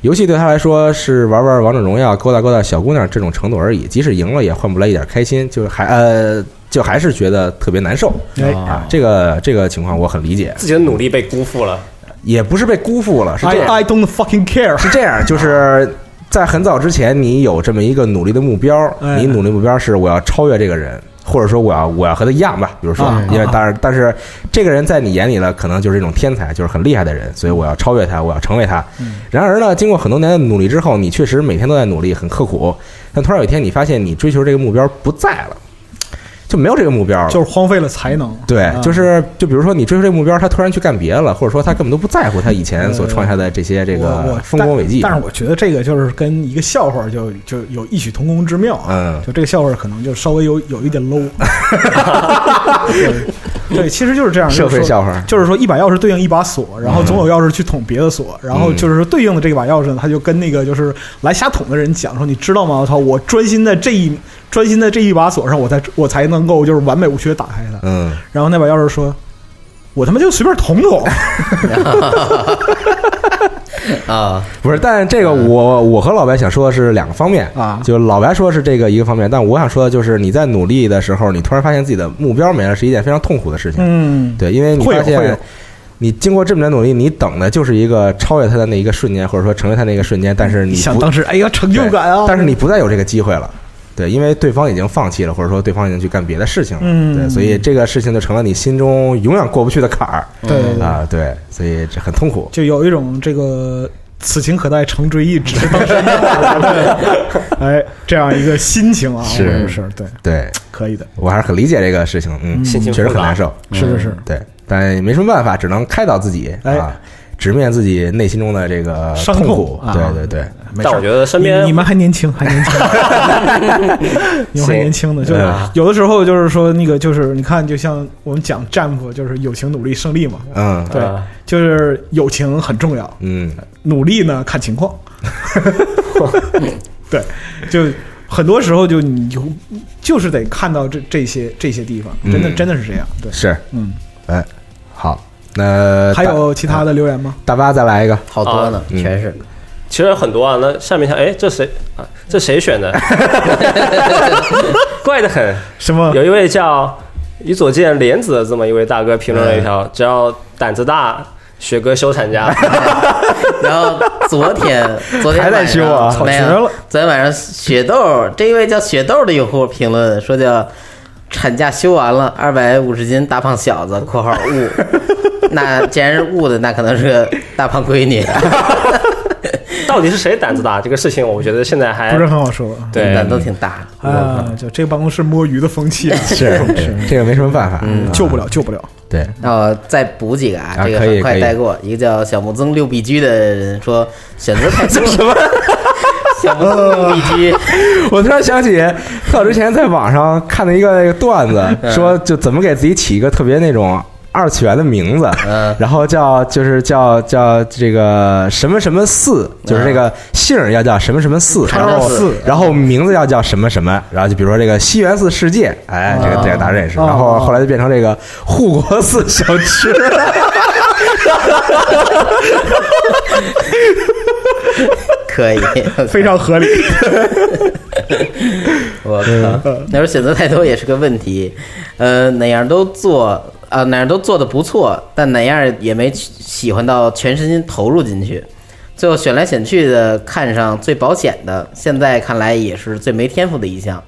S2: 游戏对他来说是玩玩王者荣耀、勾搭勾搭小姑娘这种程度而已，即使赢了也换不来一点开心，就还呃就还是觉得特别难受
S3: 哎
S2: 啊。这个这个情况我很理解，
S4: 自己的努力被辜负了，
S2: 也不是被辜负了，是这样。
S3: I I don't fucking care。
S2: 是这样，就是在很早之前，你有这么一个努力的目标，
S3: 哎
S2: 你努力目标是我要超越这个人，或者说我要我要和他一样吧。比如说
S3: 啊，
S2: 因为当然，但是这个人在你眼里呢，可能就是一种天才，就是很厉害的人，所以我要超越他，我要成为他。
S3: 嗯
S2: 然而呢，经过很多年的努力之后，你确实每天都在努力，很刻苦，但突然有一天，你发现你追求这个目标不在了，就没有这个目标了。
S3: 就是荒废了才能，
S2: 对
S3: 啊，
S2: 就是就比如说你追求这个目标，他突然去干别的了，或者说他根本都不在乎他以前所创下的这些这
S3: 我
S2: 个
S3: 我
S2: 丰功伟绩。
S3: 但。但是我觉得这个就是跟一个笑话就就有异曲同工之妙啊。
S2: 嗯
S3: 就这个笑话可能就稍微有有一点 low。对对，其实就是这样。
S2: 社会
S3: 就是说
S2: 笑话嗯
S3: 就是说一把钥匙对应一把锁，然后总有钥匙去捅别的锁，然后就是说对应的这把钥匙呢，他就跟那个就是来瞎捅的人讲说，你知道吗？我操，我专心在这一专心在这一把锁上，我才我才能够就是完美无缺地打开它。
S2: 嗯，
S3: 然后那把钥匙说：“我他妈就随便捅捅。”
S1: 啊，
S2: 不是，但这个我我和老白想说的是两个方面
S3: 嗯啊
S2: 就老白说是这个一个方面，但我想说的就是你在努力的时候，你突然发现自己的目标没了，是一件非常痛苦的事情。
S3: 嗯，
S2: 对，因为你
S3: 会有
S2: 发
S3: 会
S2: 现
S3: 有
S2: 你经过这么点努力，你等的就是一个超越他的那一个瞬间，或者说成为他那个瞬间，但是你
S3: 想
S2: 不
S3: 当时，哎呀，成就感啊！
S2: 对但是你不再有这个机会了。对，因为对方已经放弃了，或者说对方已经去干别的事情了，
S3: 嗯
S2: 对，所以这个事情就成了你心中永远过不去的坎儿，
S3: 对对对
S2: 啊，对，所以这很痛苦。
S3: 就有一种这个此情可待成追 忆，只是当时的话了哎，这样一个心情啊，
S2: 是
S3: 我觉得是对，
S2: 对，
S3: 可以的，
S2: 我还是很理解这个事情，嗯，
S4: 心情
S2: 确实
S4: 复
S2: 很
S4: 杂
S2: 难受，
S3: 是是是，
S2: 对，但也没什么办法，只能开导自己
S3: 哎
S2: 啊，直面自己内心中的这个
S3: 伤
S2: 痛
S3: 痛
S2: 苦，
S3: 啊
S2: 对对对，
S3: 没事
S4: 但我觉得身边
S3: 你你们还年轻，还 年轻，你们还年轻呢。就是
S2: 嗯
S3: 有的时候就是说那个就是你看，就像我们讲战俘，就是友情、努力、胜利嘛。
S2: 嗯
S3: 对
S4: 啊，
S3: 就是友情很重要，
S2: 嗯，
S3: 努力呢看 情况。对，就很多时候就你就就是得看到这这些这些地方，真的
S2: 嗯
S3: 真的是这样。对，
S2: 是，
S3: 嗯，
S2: 哎，好，那
S3: 还有其他
S2: 的
S3: 的留言吗？
S2: 大巴再来一个，
S1: 好多呢，
S2: 嗯
S1: 全是。
S4: 其实很多啊。那下面一条，哎，这谁啊？这谁选的？ 怪得很。
S2: 呃
S3: 什么
S4: 有一位叫以左见莲子的这么一位大哥评论了一
S2: 哎
S4: 条：只要胆子大，学哥休 产假。
S1: 然后昨天，昨天
S2: 还在
S1: 晚上
S2: 修啊
S1: 没有
S3: 草绝了
S1: 昨天晚上，雪豆这一位叫雪豆的用户评论说叫产假休完了，二百五十斤大胖小 子（括号误）。那既然是误的，那可能是个大胖闺 女。
S4: 到底是谁胆子大？这个事情，我觉得现在还
S3: 不是很好说
S4: 对
S1: 胆都挺大的。
S3: 啊？就这个办公室摸鱼的风气啊，
S2: 是这个没什么办法，嗯
S3: 救不了，救不了。
S2: 对，
S1: 那我再补几个啊，
S2: 啊
S1: 这个
S2: 可以
S1: 很快
S2: 可以
S1: 带过。一个叫小木曾六必居的人说，选择太多
S2: 哦
S1: 什么？小木曾六必居，
S2: 我突然想起，特之前在网上看了一个那个段
S3: 嗯
S2: 子，说就怎么给自己起一个特别那种二次元的名字
S1: 嗯，
S2: 然后叫就是叫叫这个什么什么寺，就是这
S3: 嗯
S2: 个姓儿要叫什么什么寺，
S1: 长
S2: 然
S1: 寿
S2: 后
S1: 寺
S2: 然后名字要叫什么什么，然后就比如说这个西园寺世界，哎，这
S3: 哦
S2: 个这个达人也是，然后后来就变成这个护国寺小 吃。
S1: 可以，
S3: 非常合理，
S1: 我靠，那时候选择太多也是个问题。呃，哪样都做啊、哪样都做的不错，但哪样也没喜欢到全身心投入进去。最后选来选去的，看上最保险的，现在看来也是最没天赋的一项。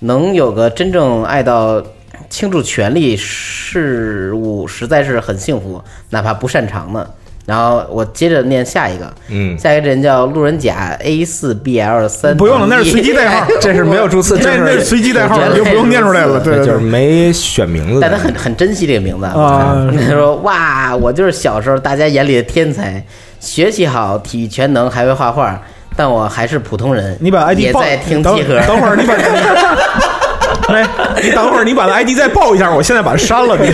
S1: 能有个真正爱到倾注全力事物，实在是很幸福，哪怕不擅长呢。然后我接着念下一个，
S2: 嗯
S1: 下一个人叫路人甲 A 四 BL 三，哎
S3: 不用了，那是随机代号，
S2: 呃 这是没有注册
S3: 那那
S2: 这
S3: 是
S2: 是
S3: 随机代号，
S1: 我觉得
S3: 你就不用念出来了。对
S2: 就
S3: 对
S2: 是
S3: 对，
S2: 没选名字的
S1: 但他很很珍惜这个名字
S3: 啊
S1: 他说：“哇，我就是小时候大家眼里的天才，学习好，体育全能，还会画画，但我还是普通人。
S3: 你把 ID
S1: 也
S3: 报
S1: 在听
S3: 等
S1: 集合，
S3: 等会儿你把， 哎，你等会儿你把 ID 再报一下，我现在把它删了。你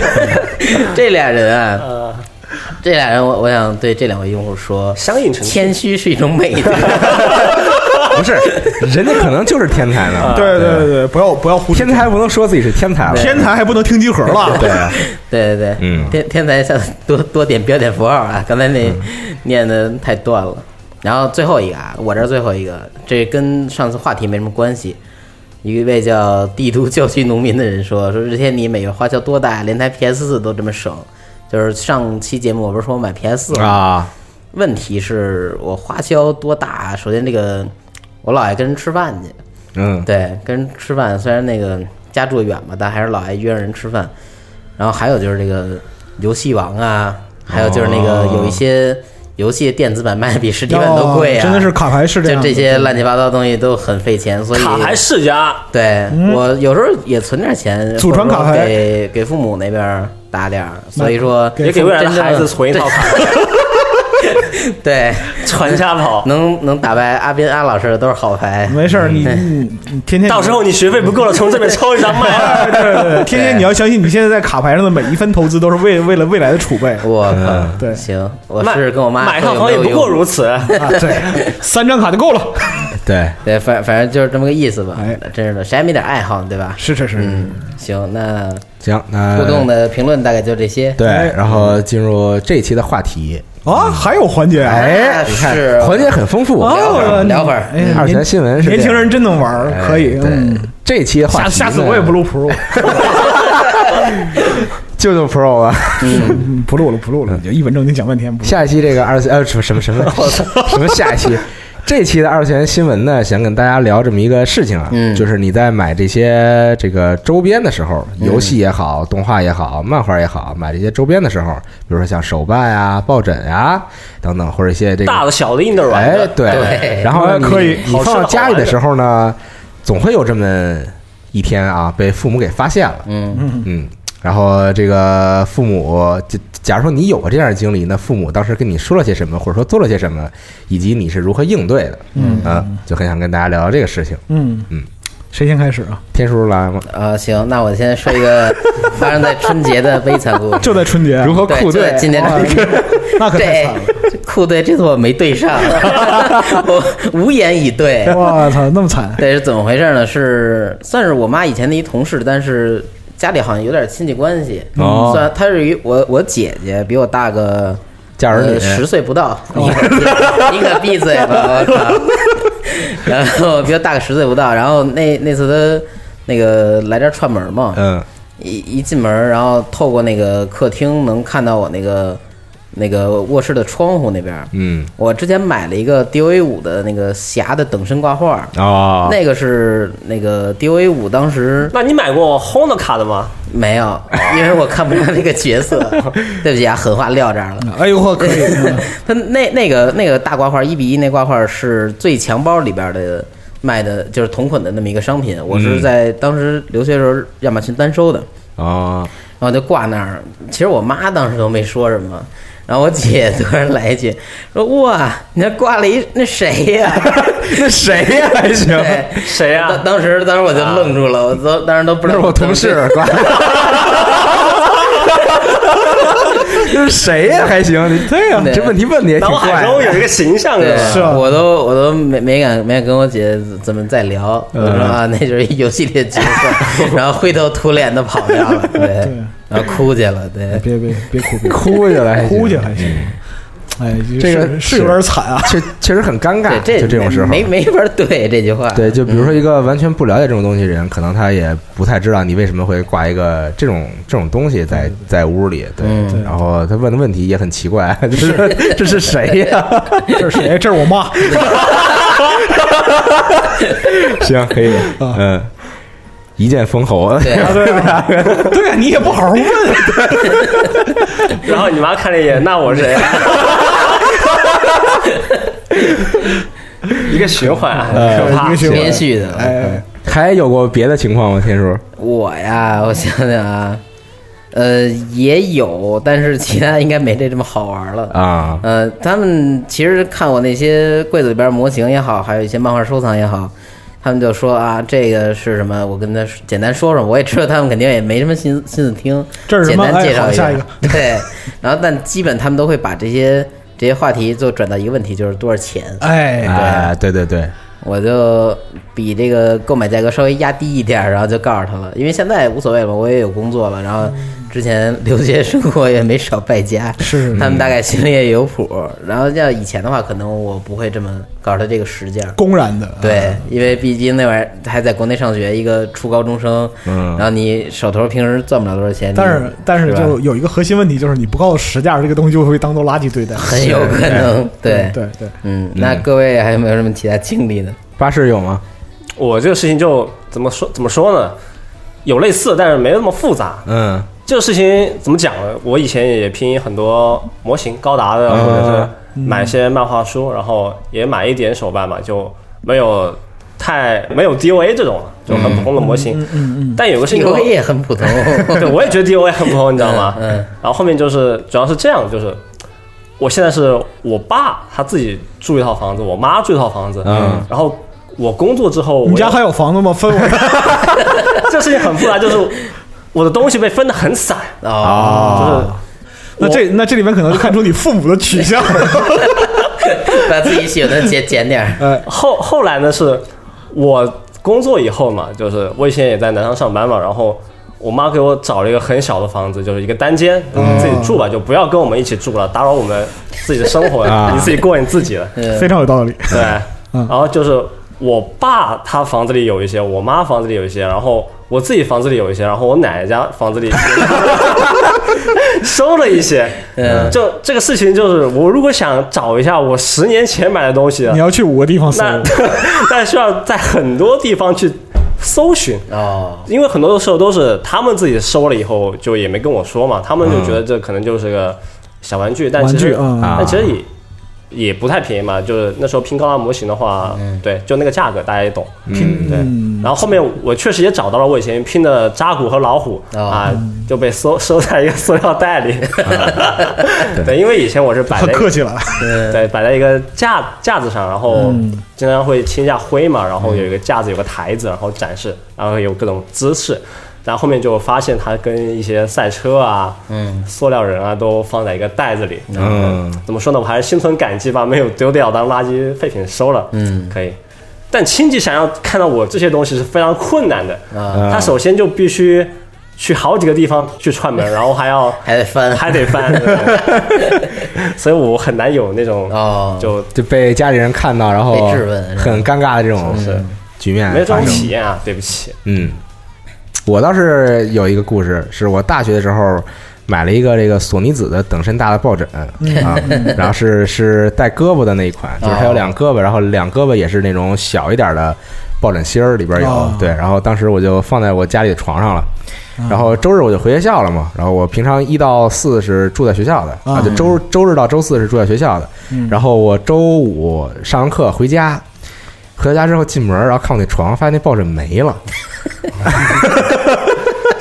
S1: 这俩人
S4: 呃
S1: 啊，这俩人我我想对这两位用户说，
S4: 相应程序
S1: 谦虚是一种美德。
S2: 不 是，人家可能就是天才呢。
S3: 对对对对，不要不要胡
S2: 啊天才不能说自己是天才了。
S3: 天才还不能听集合了。
S2: 对啊，
S1: 对对对，
S2: 嗯
S1: 天天才下次多多点标点符号啊，刚才那念的太断了。然后最后一个啊，我这儿最后一个，这跟上次话题没什么关系。一位叫帝都郊区农民的人说：“说日天你每月花销多大呀？连台 PS 四都这么省。”就是上期节目我不是说我买 PS 四吗？
S2: 啊，
S1: 问题是我花销多大？首先这个我老爱跟人吃饭去，
S2: 嗯，
S1: 对，跟人吃饭，虽然那个家住得远嘛，但还是老爱约人吃饭。然后还有就是这个游戏王啊，还有就是那个
S2: 哦
S1: 有一些游戏电子版卖比实体版都贵啊，
S3: 哦真的是卡牌是这
S1: 就
S3: 样的
S1: 这些乱七八糟的东西都很费钱，所以
S4: 卡牌世家，
S1: 对、我有时候也存点钱，
S3: 嗯祖传卡牌
S1: 或者说给给父母那边打点儿，所以说
S3: 给
S4: 也给未来的
S1: 真正
S4: 孩子存一套 卡，
S1: 对
S4: 传家宝。
S1: 能能打败阿斌阿老师的都是好牌，
S3: 没事儿，你你你天天
S4: 到时候你学费不够了，从这边抽一张卖。
S3: 对对对，天天你要相信你现在在卡牌上的每一分投资都是为为了未来的储备。
S1: 我靠，
S3: 对
S1: 行，我
S4: 卖
S1: 是跟我妈
S4: 买
S1: 说
S4: 套
S1: 有
S4: 房
S1: 没
S4: 也
S1: 有
S4: 不过
S1: 用
S4: 如此。
S3: 啊，对，三张卡就够了。
S2: 对，
S1: 对，反反正就是这么个意思吧。
S3: 哎
S1: 真是的，谁还没点爱好呢，对吧？
S3: 是是是，
S1: 嗯，行，那
S2: 行，那
S1: 互动的评论大概就这些。
S2: 哎对，然后进入这一期的话题，
S3: 啊，还有环节啊。
S1: 哎
S2: 你看
S1: 是
S2: 环节很丰富。
S1: 聊会
S3: 哦
S1: 儿，聊会儿。
S3: 哎呀
S2: 二次元
S3: 年
S2: 新闻是这样
S3: 年轻人真能玩儿，可以。
S2: 哎对
S3: 嗯，，
S2: 这期的话
S3: 下
S2: 题
S3: 下次我也不录 Pro，
S2: 舅舅 Pro 啊。
S3: 嗯不录了，不录了，你就一本正经讲半天。不录
S2: 下一期这个二次呃什么什么什么 什么下一期，这期的二次元新闻呢，想跟大家聊这么一个事情啊，
S1: 嗯
S2: 就是你在买这些这个周边的时候，游戏也好，动画也好，漫画也好，买这些周边的时候，比如说像手办啊、抱枕啊等等，或者一些这个
S4: 大的、小的、硬的、软
S2: 哎
S4: 的，
S2: 对，
S1: 对
S2: 然后呢
S3: 嗯可以
S2: 你你
S4: 好吃
S2: 放到
S4: 好
S2: 家里
S4: 玩
S2: 的
S4: 的
S2: 时候呢，总会有这么一天啊，被父母给发现了，
S1: 嗯，
S2: 嗯，然后这个父母，就假如说你有过这样的经历，那父母当时跟你说了些什么，或者说做了些什么，以及你是如何应对的，嗯啊，就很想跟大家聊聊这个事情。
S3: 嗯
S2: 嗯，
S3: 谁先开始啊？
S2: 天叔来吗？
S1: 啊，行，那我先说一个发生在春节的悲惨故事。
S3: 就在春节，啊
S2: 如何
S1: 对
S2: 酷
S1: 就在
S2: 队？
S1: 今年
S3: 哇
S1: 春节
S3: 啊那可太
S1: 对
S3: 惨了。，
S1: 酷队这次我没对上，我无言以 对。
S3: 我操，那么惨！
S1: 对，是怎么回事呢？是算是我妈以前的一同事，但是家里好像有点亲戚关系。
S2: 哦
S1: 算她是与我我姐姐比我大个，呃
S2: 嫁人女
S1: 十岁不到。
S2: 哦
S1: 你可 你可闭嘴吧！我操。然后比我大个十岁不到，然后那那次她那个来这儿串门嘛，
S2: 嗯，
S1: 一一进门，然后透过那个客厅能看到我那个那个卧室的窗户那边。
S2: 嗯，
S1: 我之前买了一个 DOA 五的那个侠的等身挂画儿，
S3: 啊
S2: 哦，
S1: 那个是那个 DOA 五，当时
S4: 那你买过 Honda 卡的吗？
S1: 没 有，因为我看不上这个角色。对不起啊，狠话撂这儿了。
S3: 哎呦呵，可以，嗯
S1: 他那那个那个大挂画一比一那挂画是最强包里边的卖的，就是同捆的那么一个商品。我是
S2: 嗯
S1: 在当时留学的时候亚马逊单收的，
S2: 哦，
S1: 然后就挂那儿。其实我妈当时都没说什么，然后我姐突然来一句说：“哇，你那挂了一那谁呀、
S2: 那谁呀？还行，
S1: 对
S4: 谁啊
S3: 啊
S4: 呀、
S1: 当当时当时我就愣住了，我都当时都不
S2: 那
S1: 知
S2: 是
S1: 道
S2: 我
S1: 怎
S2: 同
S1: 么
S2: 事，瓜那是谁呀？还行， 你对
S3: 啊
S2: 呀，
S1: 对
S2: 这问题问的也挺
S4: 脑海
S2: 怪
S4: 中有
S2: 的。
S4: 一个形象
S1: 对
S4: 的，，
S3: 是啊
S1: 我都我都没没敢没敢跟我姐怎么再聊，
S2: 嗯
S1: 我说啊，那就是一游戏里的角 色，然后灰头土脸的跑掉了，对，然后哭去了，对，
S3: 别别别哭，别哭，
S2: 哭起来，
S3: 哭去还行。哎，
S2: 这个
S3: 是是有点惨啊。
S2: 确确实很尴尬，
S1: 这
S2: 哎就这种时候，
S1: 没没法对这句话，
S2: 对，就比如说一个完全不了解这种东西的人，可能他也不太知道你为什么会挂一个这种这种东西在在屋里，对。
S1: 嗯
S2: 然后他问的问题也很奇怪， 就是这是谁呀、
S3: 这是谁？这是我妈。
S2: 行，可以，嗯，一剑封喉，
S1: 对
S3: 啊，对啊，对啊，你也不好好问。
S4: 然后你妈看了一眼，那我是谁、啊 一个循环啊，
S2: 呃
S4: 可怕
S3: 哎一个。循
S1: 连续的，
S3: 哎，
S2: 还有过别的情况吗？天叔，
S1: 我呀，我想想啊，呃，也有，但是其他应该没这这么好玩了
S2: 啊
S1: 呃，他们其实看我那些柜子里边模型也好，还有一些漫画收藏也好，他们就说啊，这个是什么？我跟他说简单说说，我也知道他们肯定也没什么心心思听，
S3: 这是什
S1: 简
S3: 么
S1: 单介
S3: 哎
S1: 绍
S3: 好
S1: 一
S3: 下一个
S1: 对，然后但基本他们都会把这些这些话题就转到一个问题，就是多少钱？
S3: 哎，
S2: 哎，对对对，
S1: 我就比这个购买价格稍微压低一点儿，然后就告诉他了，因为现在无所谓了，我也有工作了，然后之前留学生活也没少败家，
S3: 是
S1: 他们大概心里也有谱。然后要以前的话，可能我不会这么告诉他这个实价。
S3: 公然的，
S1: 对，因为毕竟那玩意儿还在国内上学，一个初高中生，
S2: 嗯
S1: 然后你手头平时赚不了多少钱，
S3: 但是
S1: 你
S3: 但是
S1: 吧
S3: 就有一个核心问题，就是你不告诉实价，这个东西就会被当做垃圾对待。
S1: 很有可能，对
S3: 对对，
S1: 嗯，那各位还有没有什么其他经历呢？
S2: 巴士有吗？
S4: 我这个事情就怎么说怎么说呢？有类似，但是没那么复杂。
S2: 嗯
S4: 这个事情怎么讲呢？我以前也拼很多模型，高达的，
S2: 嗯
S4: 或者
S3: 啊
S4: 是买一些
S3: 嗯
S4: 漫画书，然后也买一点手办嘛，就没有太没有 DOA 这种了，就很普通的模型。
S3: 嗯
S4: 但有个事情，
S1: 有个也很普 通，
S4: 对我也觉得 DOA 很普通，你知道吗？
S1: 嗯嗯
S4: 然后后面就是主要是这样，就是我现在是我爸他自己住一套房子，我妈住一套房子，
S2: 嗯
S4: 然后我工作之后，
S3: 你
S4: 我
S3: 家
S4: 又
S3: 还有房子吗？分我。
S4: 这事情很复杂，就是我的东西被分得很散，
S1: 哦，
S4: 就是。
S3: 那这那这里面可能就看出你父母的取向。
S1: 把自己喜欢的捡捡点儿。
S3: 哎，
S4: 后后来呢，是我工作以后嘛，就是我以前也在南昌上班嘛，然后我妈给我找了一个很小的房子，就是一个单间，自己住吧，就不要跟我们一起住了，打扰我们自己的生活，
S2: 啊
S4: 你自己过你自己的，
S3: 非常有道理。
S4: 对。
S3: 嗯
S4: 然后就是我爸他房子里有一些，我妈房子里有一些，然后我自己房子里有一些，然后我奶奶家房子里 收了一些。
S1: 嗯
S4: 就这个事情，就是我如果想找一下我十年前买的东西，
S3: 你要去五个地方搜，
S4: 那但需要在很多地方去搜寻，
S1: 哦，
S4: 因为很多的时候都是他们自己收了以后就也没跟我说嘛，他们就觉得这可能就是个小玩具，但
S3: 玩
S4: 其
S3: 具
S4: 实
S3: 啊，
S4: 但其实也也不太便宜嘛，就是那时候拼高达模型的话，对，就那个价格大家也懂，
S2: 嗯
S4: 对。然后后面我确实也找到了我以前拼的扎古和老虎
S1: 哦
S4: 啊，就被收收在一个塑料袋里， 对，因为以前我是摆
S3: 很
S4: 在一个
S3: 客气了。
S1: 对，
S4: 对，摆在一个架架子上，然后
S1: 嗯
S4: 经常会清一下灰嘛，然后有一个架子，有个台子，然后展示，然后有各种姿势，然后后面就发现它跟一些赛车啊、
S1: 嗯，
S4: 塑料人啊都放在一个袋子里。
S2: 嗯，
S4: 怎么说呢？我还是心存感激吧，没有丢掉当垃圾废品收了。
S1: 嗯
S4: 可以。但亲戚想要看到我这些东西是非常困难的，
S1: 啊
S4: 他首先就必须去好几个地方去 串门，然后还要
S1: 还得翻，
S4: 还得 翻，所以我很难有那种
S1: 哦
S4: 就
S2: 就被家里人看到，然后
S1: 被质问
S2: 很尴尬的这种
S4: 是
S2: 局面
S4: 没有这
S2: 发
S4: 种
S2: 生
S4: 体验啊，对不起。
S2: 嗯，我倒是有一个故事，是我大学的时候买了一个这个索尼子的等身大的抱枕啊，然后是是带胳膊的那一款，就是它有两胳膊，然后两胳膊也是那种小一点的抱枕芯儿里边有
S3: 哦，
S2: 对，然后当时我就放在我家里的床上了。然后周日我就回学校了嘛，然后我平常一到四是住在学校的啊，
S3: 啊
S2: 就周周日到周四是住在学校的，然后我周五上完课回家，回到家之后进门，然后看我那床，发现那抱枕没了，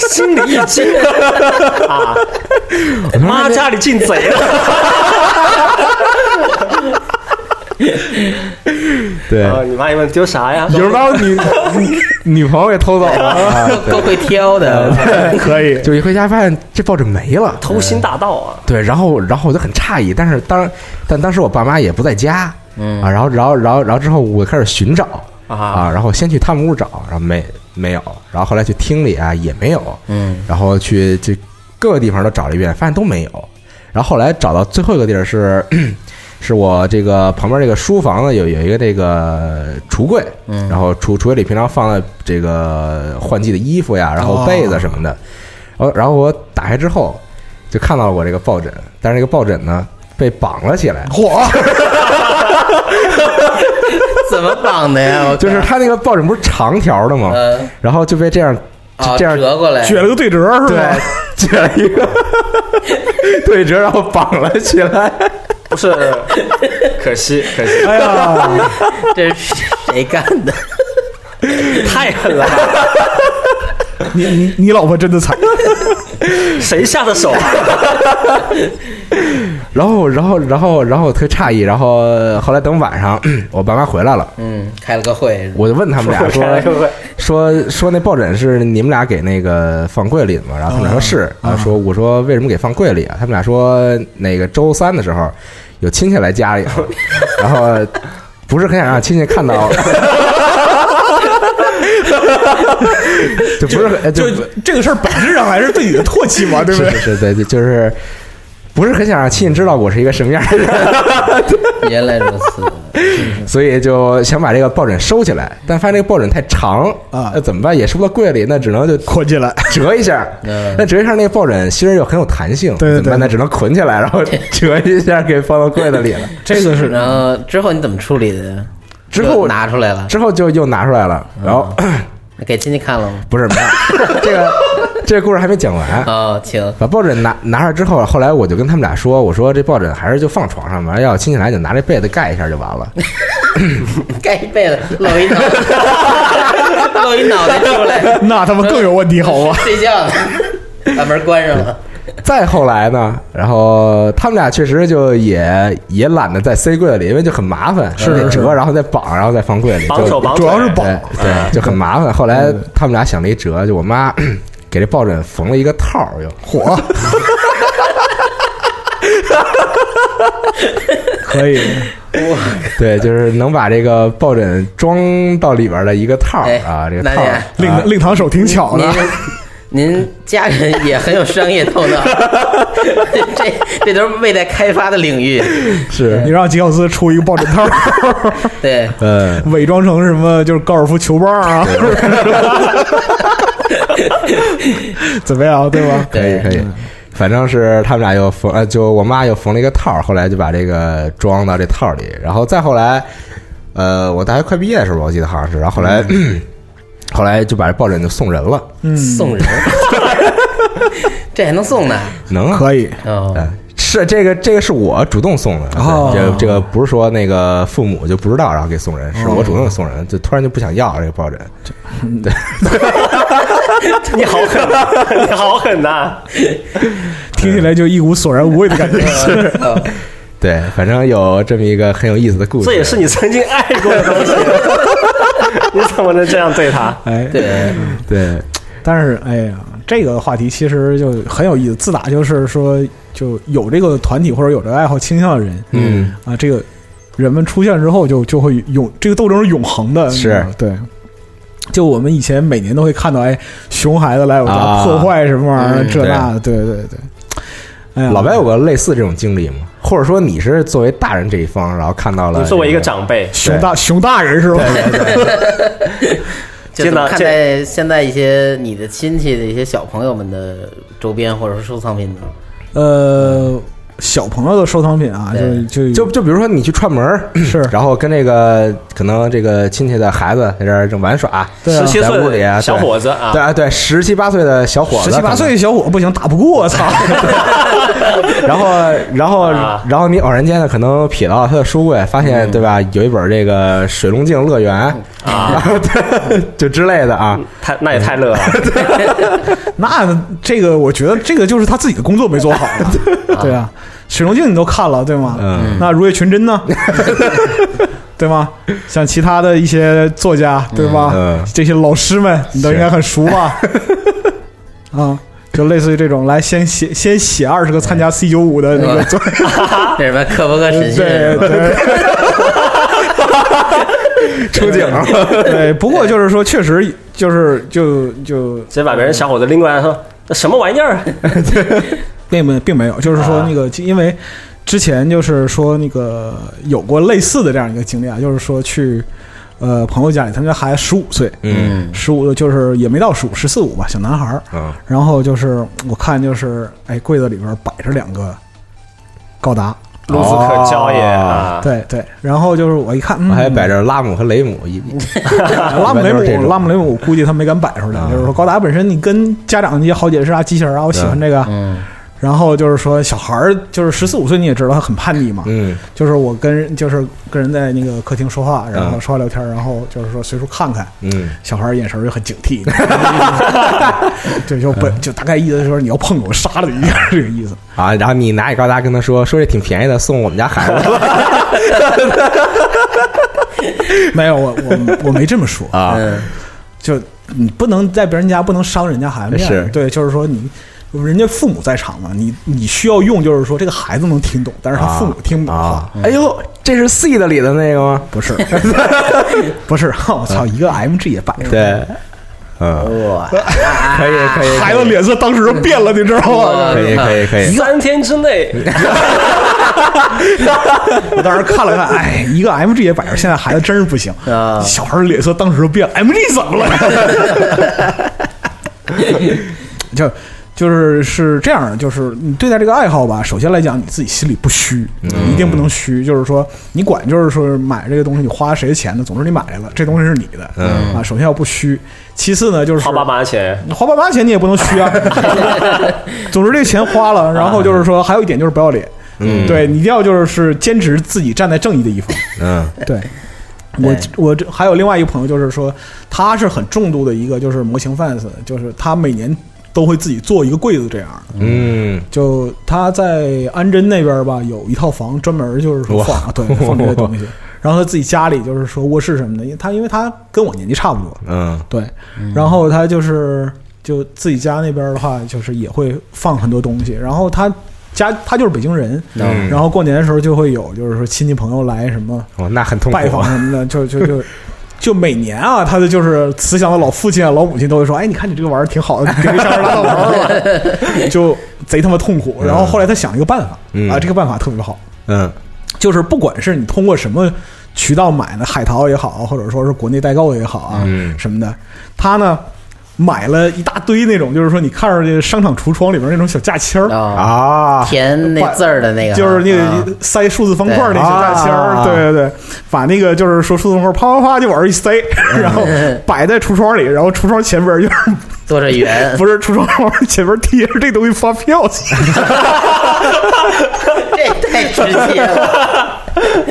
S4: 心里一惊 啊！妈家里进贼了，
S2: 对，
S4: 然后啊你妈一问丢啥呀？
S2: 有人把我女 女朋友给偷走
S4: 啊
S2: 了，啊
S1: 都会啊挑的，
S3: 可以，
S2: 就一回家发现这抱枕没了。
S4: 偷心大盗啊！
S2: 对，然后然后我就很诧异，但是当但当时我爸妈也不在家，
S1: 嗯
S2: 啊，然后然后然后然后之后我开始寻找
S4: 啊
S2: 然后先去他们屋找，然后没没有，然后后来去厅里啊也没有，
S1: 嗯，
S2: 然后去这各个地方都找了一遍，发现都没有。然后后来找到最后一个地儿是，是我这个旁边这个书房呢有有一个这个橱柜，
S1: 嗯
S2: 然后橱橱柜里平常放的这个换季的衣服呀，然后
S3: 哦
S2: 被子什么的。然后然后我打开之后就看到了我这个抱枕，但是这个抱枕呢被绑了起来，
S3: 嚯，
S1: 怎么绑的呀？我靠
S2: 就是它那个抱枕不是长条的吗？
S1: 呃，
S2: 然后就被这样
S1: 哦，
S2: 这样
S1: 折 过来，
S3: 撅了个对折是吧？
S2: 对，解了一个对折，然后绑了起 来。
S4: 不是， 可惜可惜，
S3: 哎呀，
S1: 这是谁干的？
S4: 太狠了！
S3: 你你你老婆真的惨，
S4: 谁下的手？啊
S2: 然后，然后，然后，然后我特诧异。然后后来等晚上， 我爸妈回来了，
S1: 嗯，开了个会，
S2: 我就问他们俩说
S4: 开了个会
S2: 说说那抱枕是你们俩给那个放柜里的吗？然后他们俩说是啊，说我说为什么给放柜里啊？他们俩说那个周三的时候有亲戚来家里了，然后不是很想让亲戚看到。就不是很
S3: 就
S2: 就
S3: 这个事儿本质上还是对你的唾弃 嘛，对不对？
S2: 是是是，对，就是不是很想让亲戚知道我是一个什么样的人，
S1: 原来如此，
S2: 所以就想把这个抱枕收起来，但发现这个抱枕太长
S3: 啊
S2: 那怎么办？也收不到柜里，那只能就
S3: 捆起来，
S2: 折一 下
S1: 嗯。
S2: 那折一下那个抱枕芯儿又很有弹性，
S3: 对对
S2: 怎么办？
S3: 对
S2: 那只能捆起来，然 后折一下给放到柜子里了。
S3: 这个是
S1: 然后之后你怎么处理的？
S2: 之后
S1: 就拿出来了，
S2: 之后就又拿出来了，
S3: 嗯
S2: 然后
S1: 给亲戚看了吗？
S2: 不是没有 这个这个故事还没讲完。
S3: 啊
S1: 哦，请
S2: 把抱枕拿拿上之后，后来我就跟他们俩说：“我说这抱枕还是就放床上吧，要有亲戚来就拿这被子盖一下就完了。”
S1: 盖一被子，露一脑袋，露一脑袋出来，
S3: 那他妈更有问题，好 吧？
S1: 睡觉呢，把门关上了。
S2: 再后来呢，然后他们俩确实就也也懒得再塞柜子里，因为就很麻烦，是得折，然后再绑，然后再放柜里，
S4: 绑手
S2: 就
S4: 绑
S3: 主
S4: 腿，
S3: 要是绑
S2: 对对，就很麻烦。后来他们俩想了一辙，就我妈给这抱枕缝了一个套儿，又
S3: 火， 可以，
S2: 对，就是能把这个抱枕装到里边儿的一个套儿
S1: 哎
S2: 啊，这个
S1: 那
S2: 套儿
S1: 也
S2: 啊
S3: 令令堂手挺巧的
S1: 您，您家人也很有商业头脑，这这都是未来开发的领域。
S3: 你
S2: 是
S3: 让吉奥斯出一个抱枕 套，
S1: 对，
S2: 嗯。
S3: 伪装成什么就是高尔夫球棒啊， 怎么样，对吧？
S2: 可以
S1: 对
S2: 可
S3: 嗯
S2: 以，反正是他们俩又缝，呃，就我妈又缝了一个套儿，后来就把这个装到这套儿里，然后再后来，呃，我大学快毕业的时候吧，我记得好像是，然后后来，
S3: 嗯
S2: 后来就把这抱枕就送人了，
S1: 送人，这还能送呢？
S2: 能啊
S3: 可以，
S1: 哦，
S2: 哎是这个这个是我主动送的，
S3: 哦
S2: 对这这个不是说那个父母就不知道然后给送人，是
S3: 哦
S2: 我主动送人，就突然就不想要这个抱枕，
S4: 你好狠啊， 你好狠啊呐！
S3: 听起来就一股索然无味的感 觉。
S1: 哦
S2: 对，反正有这么一个很有意思的故事，
S4: 这也是你曾经爱过的 东西，你怎么能这样对他？
S3: 哎，
S1: 对，
S2: 对，
S3: 但是哎呀，这个话题其实就很有意思。自打就是说，就有这个团体或者有这个爱好倾向的人，
S2: 嗯
S3: 啊，这个人们出现之后就，就会永这个斗争是永恒的，
S2: 是
S3: 你知道吗对。就我们以前每年都会看到，哎，熊孩子来我家
S2: 啊
S3: 破坏什么玩意儿，
S2: 嗯
S3: 这那的，对对对。哎呀，
S2: 老白有个类似这种经历吗？或者说你是作为大人这一方，然后看到了
S4: 你作为一个
S2: 这
S4: 长辈，
S3: 熊大熊大人是吧？
S1: 就怎么看待现在一些你的亲戚的一些小朋友们的周边或者说收藏品呢？
S3: 呃，小朋友的收藏品啊，
S1: 对
S3: 就
S2: 就就比如说你去串门儿，
S3: 是
S2: 然后跟这个可能这个亲戚的孩子在这儿正玩耍，
S3: 对啊
S4: 十七
S2: 在屋里
S4: 岁
S2: 啊
S4: 的小伙子啊
S2: 对，啊对，十七八岁的小伙子，
S3: 十七八岁的小伙不行，打不过，我操！
S2: 可能， 然后然后
S4: 啊嗯
S2: 然后你偶然间呢，可能瞥到他的书柜，发现对吧，有一本这个《水龙镜乐园》 啊，对就之类的啊，
S4: 太那也太乐 了。
S3: 那这个，我觉得这个就是他自己的工作没做好嘛， 对啊，水龙镜你都看了对吗？
S2: 嗯
S3: 那如月群真 呢？对吗？像其他的一些作家对吧？
S2: 嗯嗯
S3: 这些老师们你都应该很熟吧？ 啊，就类似于这种，来先写先写二十个参加 C 九五的那个作，
S1: 那什么科伯克审
S3: 对
S1: 讯是吧？
S3: 对
S2: 出警了，
S3: 对。不过就是说，确实就是就就
S4: 直接把别人小伙子拎过来说：“这什么玩意儿
S3: 并没并没有，就是说
S4: 啊
S3: 那个，因为之前就是说那个有过类似的这样一个经历啊，就是说去呃朋友家里，他们家孩子十五岁，
S2: 嗯
S3: 十五就是也没到十五，十四五吧，小男孩儿。
S2: 嗯
S3: 然后就是我看就是哎柜子里边摆着两个高达，？”
S4: 孺子可教也
S2: 哦
S4: 啊！
S3: 对对，然后就是我一看，嗯、
S2: 我还摆着拉姆和雷姆一
S3: 拉姆雷
S2: 一般都是这
S3: 姆，
S2: 种
S3: 拉姆雷姆，估计他没敢摆出来。
S2: 啊
S3: 就是说高达本身，你跟家长一些好解释啊，机器人啊，我喜欢这个，
S1: 嗯，
S3: 然后就是说小孩儿就是十四五岁你也知道他很叛逆嘛，
S2: 嗯，
S3: 就是我跟人就是跟人在那个客厅说话，然后
S2: 嗯
S3: 说话聊天，然后就是说随处看看，
S2: 嗯，
S3: 小孩儿眼神儿就很警 惕，对，就本就大概意思就是你要碰我杀了你一下这个意思。
S2: 啊，然后你拿一高达跟他说，说这挺便宜的，送我们家孩 子吧
S3: 没有，我我我没这么说，
S2: 啊，
S1: 嗯，
S3: 就你不能在别人家不能伤人家孩子面
S2: 是
S3: 儿，对，就是说你。人家父母在场嘛，你你需要用，就是说这个孩子能听懂，但是他父母听不懂的话，
S2: 啊。哎呦，这是 C 的里的那个吗？
S3: 不是， 嗯不是，我操，一个 MG 也摆出来了，
S2: 对，嗯，
S1: 哇，
S2: 可以可以，
S3: 孩子啊脸色当时就变了，你知道吗？
S2: 可以可以可以，
S4: 三天之内，
S3: 我当时看了看，哎，一个 MG 也摆着，现在孩子真是不行
S1: 啊
S3: 小孩儿脸色当时就变了，MG 怎么了？ 就就是是这样的，就是你对待这个爱好吧，首先来讲你自己心里不虚，你一定不能虚。就是说，你管就是说买这个东西你花谁的钱呢？总之你买来了，这东西是你的，
S2: 嗯
S3: 啊，首先要不虚。其次呢，就是
S4: 花爸妈的钱，
S3: 你花爸妈钱你也不能虚啊。总之这钱花了，然后就是说还有一点就是不要脸，
S2: 嗯
S3: 对你一定要就是坚持自己站在正义的一方。
S2: 嗯
S3: 对。我我这还有另外一个朋友，就是说他是很重度的一个就是模型 fans，就是他每年都会自己做一个柜子这样的。
S2: 嗯，
S3: 就他在安贞那边吧，有一套房专门就是说
S2: 哇
S3: 放啊对放这些 东西，然后他自己家里就是说卧室什么的，因为他因为他跟我年纪差不多，
S2: 嗯
S3: 对，然后他就是就自己家那边的话，就是也会放很多东西。然后他家他就是北京人，
S2: 嗯
S3: 然后过年的时候就会有，就是说亲戚朋友来什么
S2: 哦，那很痛苦，
S3: 拜访什么的，就就就。就每年啊，他的就是慈祥的老父亲啊、老母亲都会说：“哎，你看你这个玩意儿挺 好的，你给上面拉倒玩玩吧。”就贼他妈痛苦。然后后来他想一个办法、
S2: 嗯
S3: 啊，这个办法特别好，
S2: 嗯
S3: 就是不管是你通过什么渠道买的，海淘也好，或者说是国内代购也好啊，
S2: 嗯
S3: 什么的，他呢买了一大堆那种，就是说你看上去商场橱窗里边那种小架签儿，
S1: 啊，
S2: 啊，
S1: 填那字儿的那个，
S3: 就是那
S1: 啊
S3: 个塞数字方块那
S2: 对
S3: 小架签
S2: 啊
S3: 儿，对对对，把那个就是说数字方块啪啪啪就往上一塞，
S2: 嗯
S3: 然后摆在橱窗里，然后橱窗前边就是
S1: 多着圆，
S3: 不是橱窗往前边贴着这东西发票去。
S1: 这太直接了，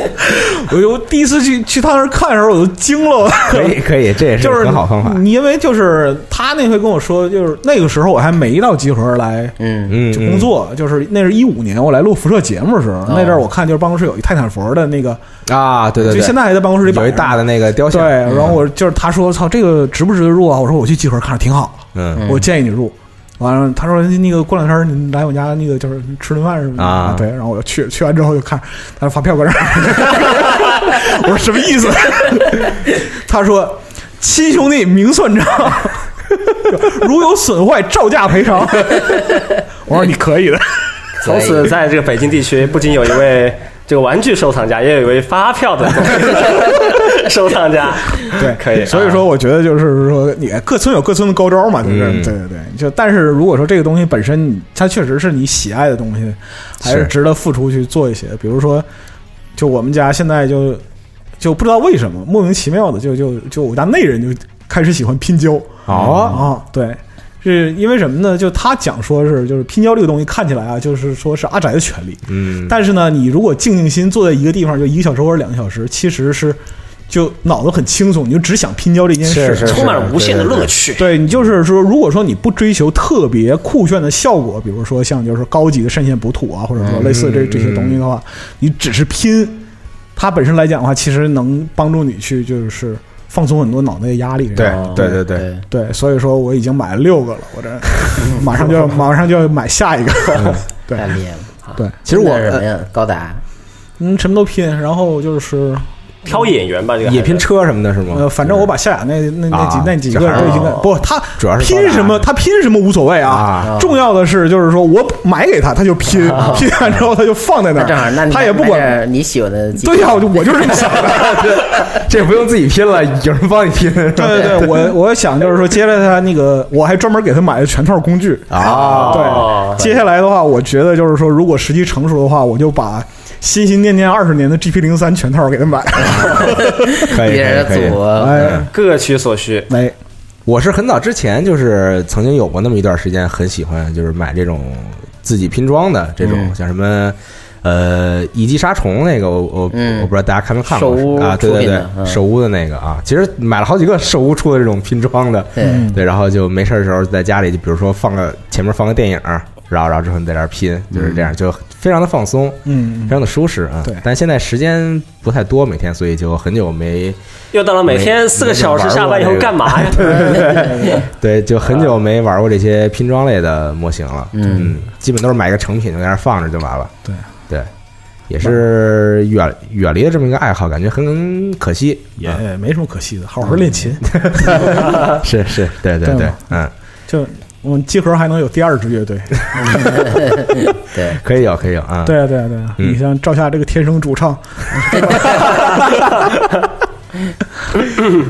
S3: 我就第一次去去他那儿看的时候，我都惊 了，
S2: 可以可以，这也是
S3: 就是
S2: 很好方法，
S3: 你因为就是他那回跟我说，就是那个时候我还没到集合来
S1: 嗯，
S2: 嗯，哦
S3: 就工作，就是那是一五年我来录辐射节目的时候，那阵儿我看就是办公室有一泰坦佛的那个，
S2: 啊，对对对，
S3: 就现在还在办公室里摆
S2: 有
S3: 着
S2: 一大的那个雕
S3: 对，
S2: 像，
S3: 然后我就是他说操这个值不值得入啊？我说我去集合看着挺好，
S2: 嗯
S3: 我建议你入。完了，他说那个过两天你来我家那个就是吃顿饭什么的
S2: 啊
S3: 对，然后我就去，去完之后就看他说发票搁这 儿，我说什么意思？他说亲兄弟明算 账，如有损坏照价赔偿。我说你可以的，
S4: 从此在这个北京地区，不仅有一位 这个玩具收藏家，也有一位发票的 收藏家。
S3: 对，
S4: 可以啊
S3: 所以说，我觉得就是说，你各村有各村的高招嘛，就是、
S2: 嗯
S3: 对对对。就但是如果说这个东西本身你，它确实是你喜爱的东西，还是
S2: 是
S3: 值得付出去做一些。比如说，就我们家现在就就不知道为什么莫名其妙的就就就我家内人就开始喜欢拼胶啊、
S2: 哦，
S3: 对。是因为什么呢？就他讲说是，就是拼胶这个东西看起来啊，就是说是阿宅的权利，
S2: 嗯，
S3: 但是呢，你如果静静心坐在一个地方，就一个小时或者两个小时，其实是就脑子很轻松，你就只想拼胶这件事。
S2: 是
S6: 充
S4: 啊
S6: 满无限的乐趣。
S3: 对你就是说，如果说你不追求特别酷炫的效果，比如说像就是高级的渗线补土啊，或者说类似这
S2: 嗯
S3: 这些东西的话，你只是拼，它本身来讲的话，其实能帮助你去就是放松很多脑袋的压力。
S2: 对对对对，
S1: 对，
S3: 哦对，所以说我已经买了六个了， 我这马上就要马上就要买下一个。对
S1: 太厉害了。
S3: 对，
S2: 其实我
S1: 那是
S3: 呃
S1: 什么呀？高达，
S3: 嗯，什么都拼，然后就是
S4: 挑演员吧，这个
S2: 也拼车什么的是吗？
S3: 呃，反正我把夏雅那那那几
S2: 啊
S3: 那几个
S2: 这还
S3: 都已经
S2: 好
S3: 干不，他
S2: 主要是高
S3: 拼
S2: 达
S3: 什么，他拼什么无所谓啊
S2: 啊。
S3: 重要的是就是说我买给他，他就拼， 拼完之后他就放在那
S1: 啊那正好，那
S3: 儿，
S1: 你
S3: 呃他也不管。
S1: 买点你喜欢的机
S3: 对呀，我就我就是这么 想的。
S2: 这不用自己拼了，有人帮你拼
S3: 对对对，我我想就是说，接下来他那个，我还专门给他买了全套工具。
S2: 啊，
S4: 哦
S3: 对，接下来的话，我觉得就是说，如果时机成熟的话，我就把心心念念二十年的 GP 零三全套给他买。
S2: 啊可以
S1: 别人
S2: 可
S1: 的
S2: 以可以。
S1: 组合，
S3: 哎，
S4: 各取所需。
S3: 没，
S2: 我是很早之前就是曾经有过那么一段时间，很喜欢就是买这种自己拼装的这种，
S1: 嗯
S2: 像什么。呃，蚁寄杀虫那个，我我、
S1: 嗯
S2: 我不知道大家看没看
S1: 手
S2: 过
S1: 屋
S2: 啊？对
S1: 出
S2: 对
S1: 品
S2: 对
S1: 的，嗯
S2: 手屋的那个啊，其实买了好几个手屋出的这种拼装的，
S1: 对
S3: 嗯
S2: 对，然后就没事儿的时候在家里，就比如说放个前面放个电影儿，然后然后之后你在这儿拼，就是这样，
S1: 嗯
S2: 就非常的放松，
S3: 嗯
S2: 非，常的舒适啊。
S3: 对
S2: 但现在时间不太多，每天，所以就很久没
S4: 又到了每天四个小时下班以后干 嘛呀？
S2: 对，就很久没玩过这些拼装类的模型了。嗯，基本都是买个成品就在那儿放着就完了。
S3: 对
S2: 对，也是远远离了这么一个爱好，感觉很可惜。
S3: 也哎没什么可惜的，好好
S2: 嗯
S3: 练琴，
S2: 是是，对对
S3: 对
S2: 对
S3: 吗，
S2: 嗯，
S3: 就我们集合还能有第二支乐队。
S1: 对，
S2: 可以有可以有啊。嗯
S3: 对啊，对啊，对啊！
S2: 嗯
S3: 你像赵夏这个天生 主唱，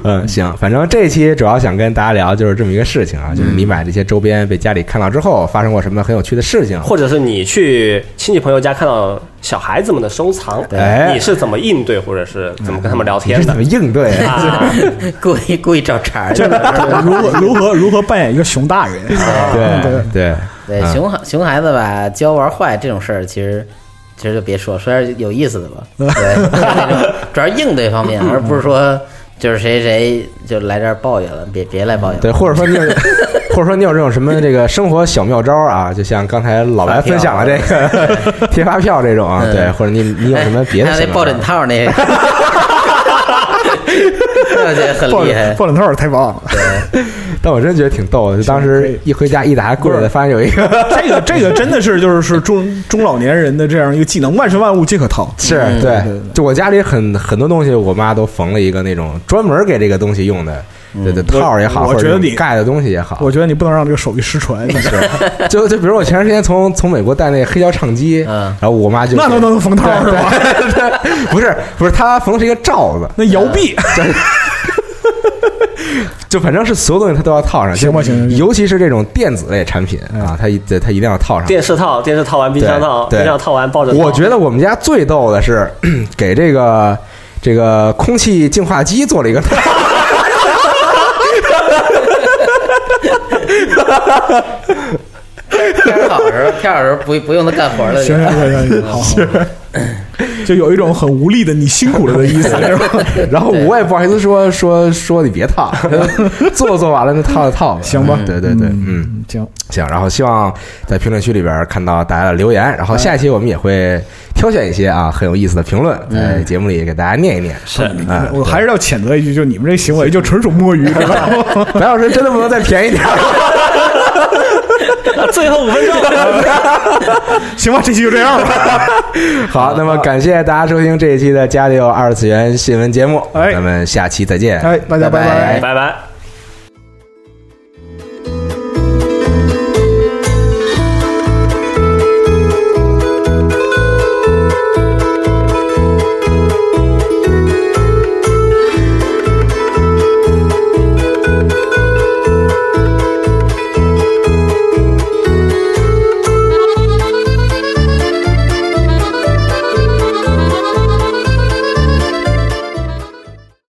S2: 嗯，行，反正这一期主要想跟大家聊就是这么一个事情啊，就是你买这些周边被家里看到之后，发生过什么很有趣的事情，
S4: 或者是你去亲戚朋友家看到小孩子们的收藏，
S2: 哎
S4: 你是怎么应对，或者是怎么跟他们聊
S2: 你
S4: 天
S2: 是
S4: 的
S2: 怎么？应对？
S4: 啊，
S1: 故意故意找茬儿去了。
S3: 如何如何如何扮演一个熊大人？ 嗯
S2: 对对
S1: 对，
S2: 嗯
S1: 熊孩熊孩子吧，教玩坏这种事儿，其实其实就别说，说点有意思的吧。 对，主要是应对方面，而不是说就是谁谁就来这儿抱怨了，别别来抱怨了。
S2: 对，或者说你有， 或者说你有这种什么这个生活小妙招啊，就像刚才老白分享了这个 贴发票这种啊，
S1: 嗯
S2: 对，或者你你有什么别的
S1: 哎还
S2: 小
S1: 有那
S2: 妙招
S1: 抱枕套那个， 那我觉得很
S3: 抱
S1: 厉害
S3: 枕。抱枕套儿太棒 了！
S2: 但我真觉得挺逗的，就当时一回家一打开柜子，发现有一 个
S3: 这个这个真的是就是是中中老年人的这样一个技能，万事万物皆可套。
S2: 是
S1: 嗯
S2: 对
S3: 对对，
S2: 就我家里很很多东西，我妈都缝了一个那种专门给这个东西用的，对对，套儿也好，
S3: 嗯我
S2: 或者
S3: 觉得你
S2: 是盖的东西也好
S3: 我，觉得你不能让这个手艺失传，
S2: 就就比如我前段时间从从美国带那黑胶唱机，
S1: 嗯
S2: 然后我妈就
S3: 那都能缝套儿是吧？
S2: 不是不是，她缝的是一个罩子，
S3: 那摇臂，
S2: 就反正是所有东西它都要套上，
S3: 行吧
S2: 就
S3: 行行行
S2: 尤其是这种电子类产品啊，它一它一定要套上。
S4: 电视套，电视套完冰箱套，
S2: 对对
S4: 冰箱套完抱枕套。
S2: 我觉得我们家最逗的是 给这个这个空气净化机做了一 个套。
S1: 天儿好的时候，天儿好的时候不不用他干活了。
S3: 行行行行，好，好就有一种很无力的你辛苦了 的意思，是吧？
S2: 然后我也不好意思说说说你别 套，做做完了就套就套吧。
S3: 行吧
S2: 嗯对对对，嗯，
S3: 嗯，行，
S2: 行。然后希望在评论区里边看到大家的留言，然后下一期我们也会挑选一些啊很有意思的评论，
S3: 嗯
S2: 在节目里给大家念一念。是啊，
S3: 我还是要谴责一句，就你们这行为就纯属摸鱼，知道吗？
S2: 白老师真的不能再便宜点儿。
S4: 啊最后五分钟，
S3: 行吧，这期就这样吧。
S2: 好，那么感谢大家收听这一期的《家里有二次元新闻》节目，
S3: 哎
S2: 咱们下期再见，
S3: 哎，大家拜
S1: 拜拜
S4: 拜拜。